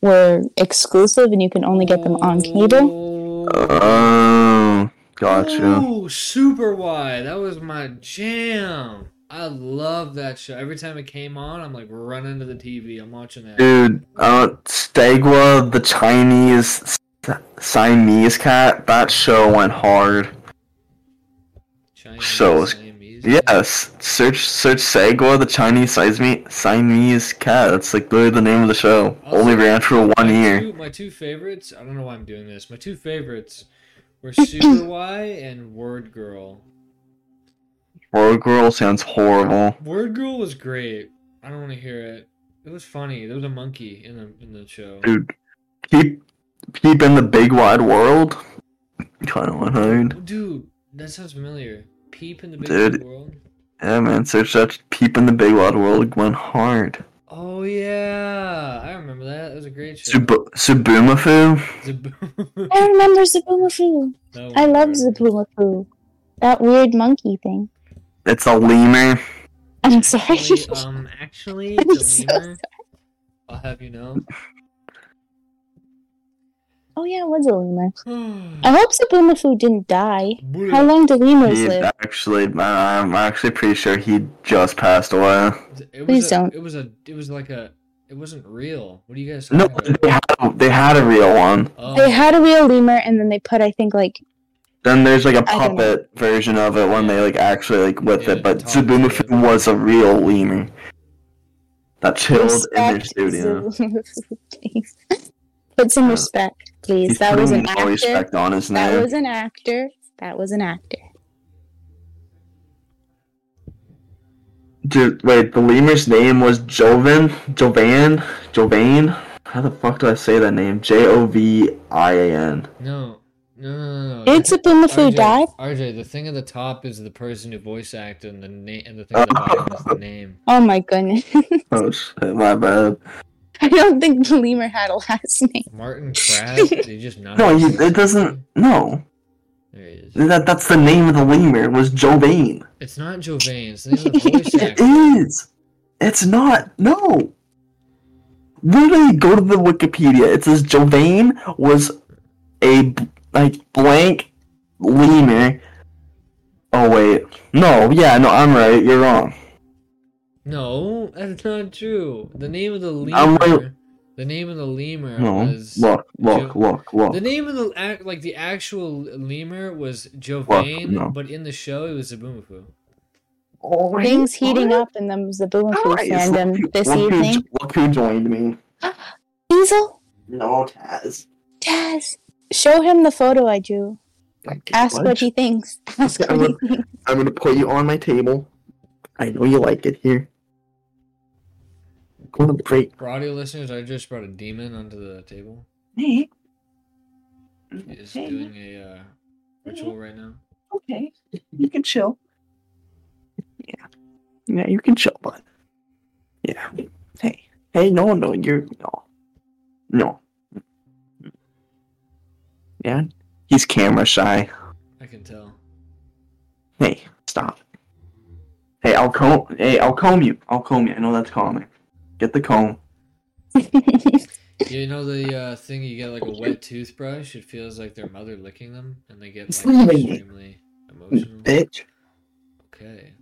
C: were exclusive and you can only get them
A: Mm.
C: on cable.
A: Oh,
B: Oh, gotcha.
A: Ooh, Super Y. That was my jam. I love that show. Every time it came on, I'm like running to the TV. I'm watching that.
B: Dude, uh, Stegwa, the Chinese Siamese cat. That show went hard.
A: Chinese,
B: So-
A: Siamese.
B: Yes, search search Segwa the Chinese Siamese Siamese cat. That's like literally the name of the show.
A: Also-
B: Only ran for one year.
A: Two, my two favorites. I don't know why I'm doing this. My two favorites were Super Y and Word Girl.
B: Road Girl sounds horrible.
A: Word Girl was great. I don't want to hear it. It was funny. There was a monkey in the in the show.
B: Dude, keep keep in the big wide world. Kind of went hard.
A: Dude, that sounds familiar. Peep in the big
B: Dude.
A: Big world.
B: Yeah, man, search that. Peep in the big wide world went hard.
A: Oh yeah, I remember that. That was a great show.
B: Sub- Subumafu.
A: Zaboom.
C: I remember Zaboomafu.
A: No
C: I love
A: word.
C: Zaboomafu. That weird monkey thing.
B: It's a lemur.
C: I'm sorry.
A: Actually, um, actually,
C: I'm
A: the
C: so
A: lemur. I'll have you know.
C: oh yeah, it was a lemur. I
A: How
C: hope Zaboomafu didn't die. How long do lemurs
B: He
C: live?
B: actually, I'm actually pretty sure he just passed away.
A: It was
C: Please
A: a,
C: don't.
A: It was a. It was like a. It wasn't real. What do you guys? Oh,
B: No,
A: talking
B: they had, they had a real one.
A: about?
C: They had a real lemur, and then they put, I think, like
B: Then there's like a
C: I don't know.
B: puppet version of it when they like actually like with
A: Yeah,
B: it, but
A: talk to
B: Tsubumafu
A: it.
B: was a real lemur that chilled in their
C: respect
B: studio.
C: Zaboomafu, please. Put some
B: Yeah.
C: respect, please.
B: He's
C: that was
B: putting
C: an
B: no
C: actor.
B: respect on his
C: That
B: name.
C: was an actor. That was an actor.
B: Dude, wait, the lemur's name was Jovan, Jovan, Jovan. How the fuck do I say that name? J O V I A N.
A: No, no, no, no. no.
C: Did Zaboomafu
A: RJ,
C: die?
A: RJ, the thing at the top is the person who voice acted, and the name, and the thing at the bottom is the name.
C: Oh my goodness.
B: Oh shit, my bad.
C: I don't think the lemur had a last name.
A: Martin Crab. Did you just not?
B: No, he, it doesn't. No,
A: There he is.
B: that that's the name of the lemur was Jovan.
A: It's not Jovain. It's the name of the voice
B: It
A: actor.
B: is. It's not. No. Literally, go to the Wikipedia. It says Jovane was a b- like blank lemur. Oh wait, no. Yeah, no. I'm right. You're wrong.
A: No, that's not true. The name of the
B: I'm right.
A: lemur. The name of the lemur
B: No.
A: was.
B: Look. Look.
A: Jo-
B: Look.
A: The
B: Look.
A: name of the ac- like the actual lemur was Jovain,
B: no.
A: but in the show it was Zabumafu.
B: Oh,
C: Things heating up in the Zaboomafu
B: Guys,
C: fandom
B: look who-
C: this
B: look who
C: evening.
B: jo- Look who joined me.
C: Diesel,
B: No, Taz.
C: Taz, show him the photo I drew. Ask what, he thinks. Ask
B: Yeah, I
C: what
B: would-
C: he thinks.
B: I'm gonna put you on my table. I know you like it here. Go to break.
A: For audio listeners, I just brought a demon onto the table.
B: Hey.
A: He is doing a uh, ritual right now.
B: Okay. You can chill. Yeah. Yeah, you can chill, bud. Yeah. Hey. Hey, no, no, you're no. No. Yeah. He's camera shy.
A: I can tell.
B: Hey, stop. Hey, I'll comb hey, I'll comb you. I'll comb you. I know that's calming. Get the comb.
C: Oh
A: You know the uh, thing you get like a wet toothbrush. It feels like their mother licking them, and they get
B: It's
A: like
B: leaving.
A: extremely emotional.
B: Bitch.
A: Okay.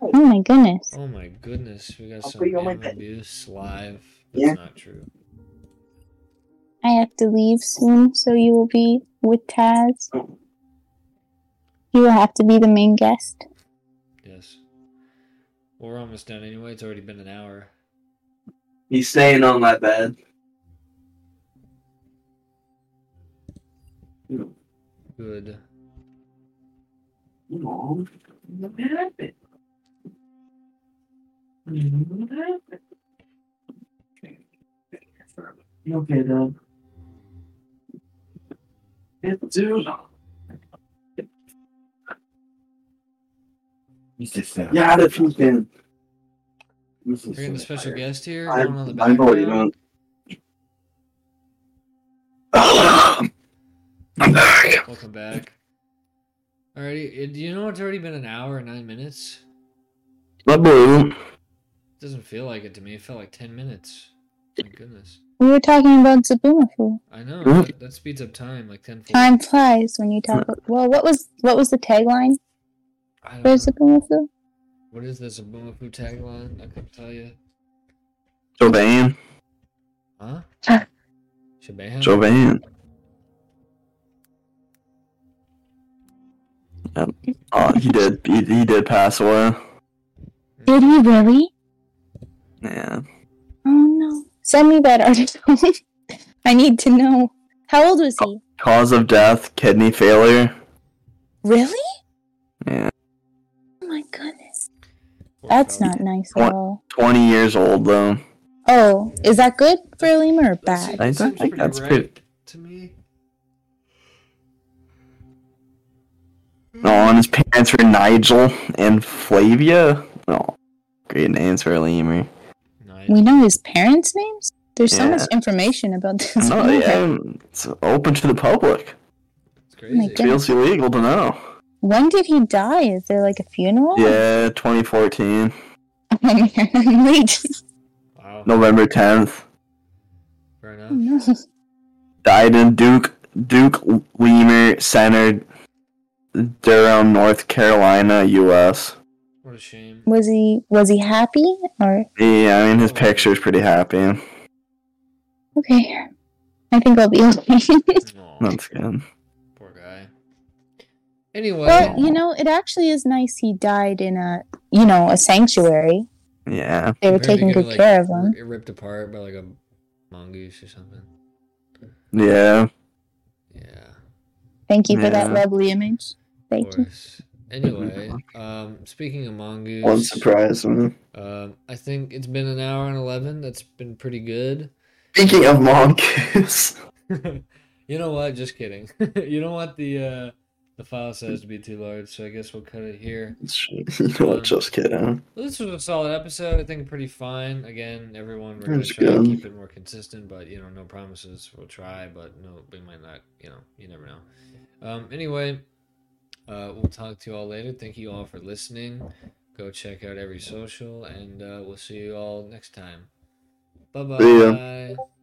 C: oh my goodness.
A: Oh my goodness, we got
B: I'll
A: some
B: put you on my
A: animal
B: bed.
A: abuse live. That's
B: Yeah.
A: not true.
C: I have to leave soon, so you will be with Taz. You will have to be the main guest.
A: Yes. Well, we're almost done anyway. It's already been an hour.
B: He's staying on my bed.
A: Good.
B: No. What happened? What happened? You okay, Dad? It's too long. You had it from him.
A: We're getting a special guest here.
B: I,
A: going on the
B: I know you
A: background.
B: don't. I'm back.
A: Welcome back. Alrighty, uh, do you know it's already been an hour and nine minutes?
B: My boo.
A: doesn't feel like it to me. It felt like ten minutes. My goodness.
C: We were talking about Zaboomafu.
A: I know
B: Mhm.
A: that, that speeds up time like ten.
C: Time flies when you talk. Well, what was what was the tagline
A: I don't
C: for
A: know.
C: Zaboomafu?
A: What is this a Boomafu tagline? I couldn't tell you.
B: Jovan.
C: Ah.
A: Huh? Shabam.
B: Jovan. Oh, he did. He, he did pass away.
C: Did he really?
B: Yeah.
C: Oh no. Send me that article. I need to know. How old was
B: Oh,
C: he?
B: Cause of death: kidney failure.
C: Really?
B: Yeah.
C: Oh my goodness.
A: Poor
C: That's
A: fella.
C: not nice
B: What?
C: at all.
B: Twenty years old though.
C: Oh, is that good for Lima or
A: That seems-
C: bad?
B: I
A: seems
B: think that's
A: right
B: pretty-
A: to me.
B: No, and his parents were Nigel and Flavia. No, great names for a lemur.
A: Nice.
C: We know his parents' names? There's so
B: Yeah.
C: much information about this.
B: No,
C: movie.
B: yeah, it's open to the public.
A: It's crazy.
C: God.
B: Feels illegal to know.
C: When did he die? Is there like a
B: Oh.
C: funeral?
B: Yeah, 2014,
C: Oh my God, I'm late.
A: Wow.
B: November 10th.
A: Fair
C: Oh,
A: enough.
C: no.
B: Died in Duke Duke Lemur Center, Durham, North Carolina, U.S.
A: What a shame.
C: Was he was he happy or
B: Yeah, I mean his picture's pretty happy.
C: okay? I think I'll be okay.
A: Aw,
B: That's good.
A: poor guy. Anyway,
C: Well, you know, it actually is nice he died in a, you know, a sanctuary.
B: Yeah,
C: They were
A: compared to
C: taking
A: getting,
C: good
A: like,
C: care of him.
A: r- Ripped apart by like a mongoose or something.
B: yeah.
A: Yeah.
C: Thank you for that
B: Yeah.
C: lovely image. Thank
A: Of
C: you.
A: course. Anyway, um, speaking of mongoose,
B: One surprise. man.
A: um, I think it's been an hour and eleven. That's been pretty good.
B: Speaking of mongoose,
A: you know what? Just kidding. you know what? The uh, the file size to be too large, so I guess we'll cut it here.
B: you know what? Just kidding.
A: Well, this was a solid episode. I think pretty fine. Again, everyone, we're
B: That
A: gonna
B: was
A: try to
B: good.
A: keep it more consistent, but you know, no promises. We'll try, but no, we might not. You know, you never know. Um, anyway, uh, we'll talk to you all later. Thank you all for listening. Go check out every social, and uh, we'll see you all next time. Bye
B: See ya.
A: bye.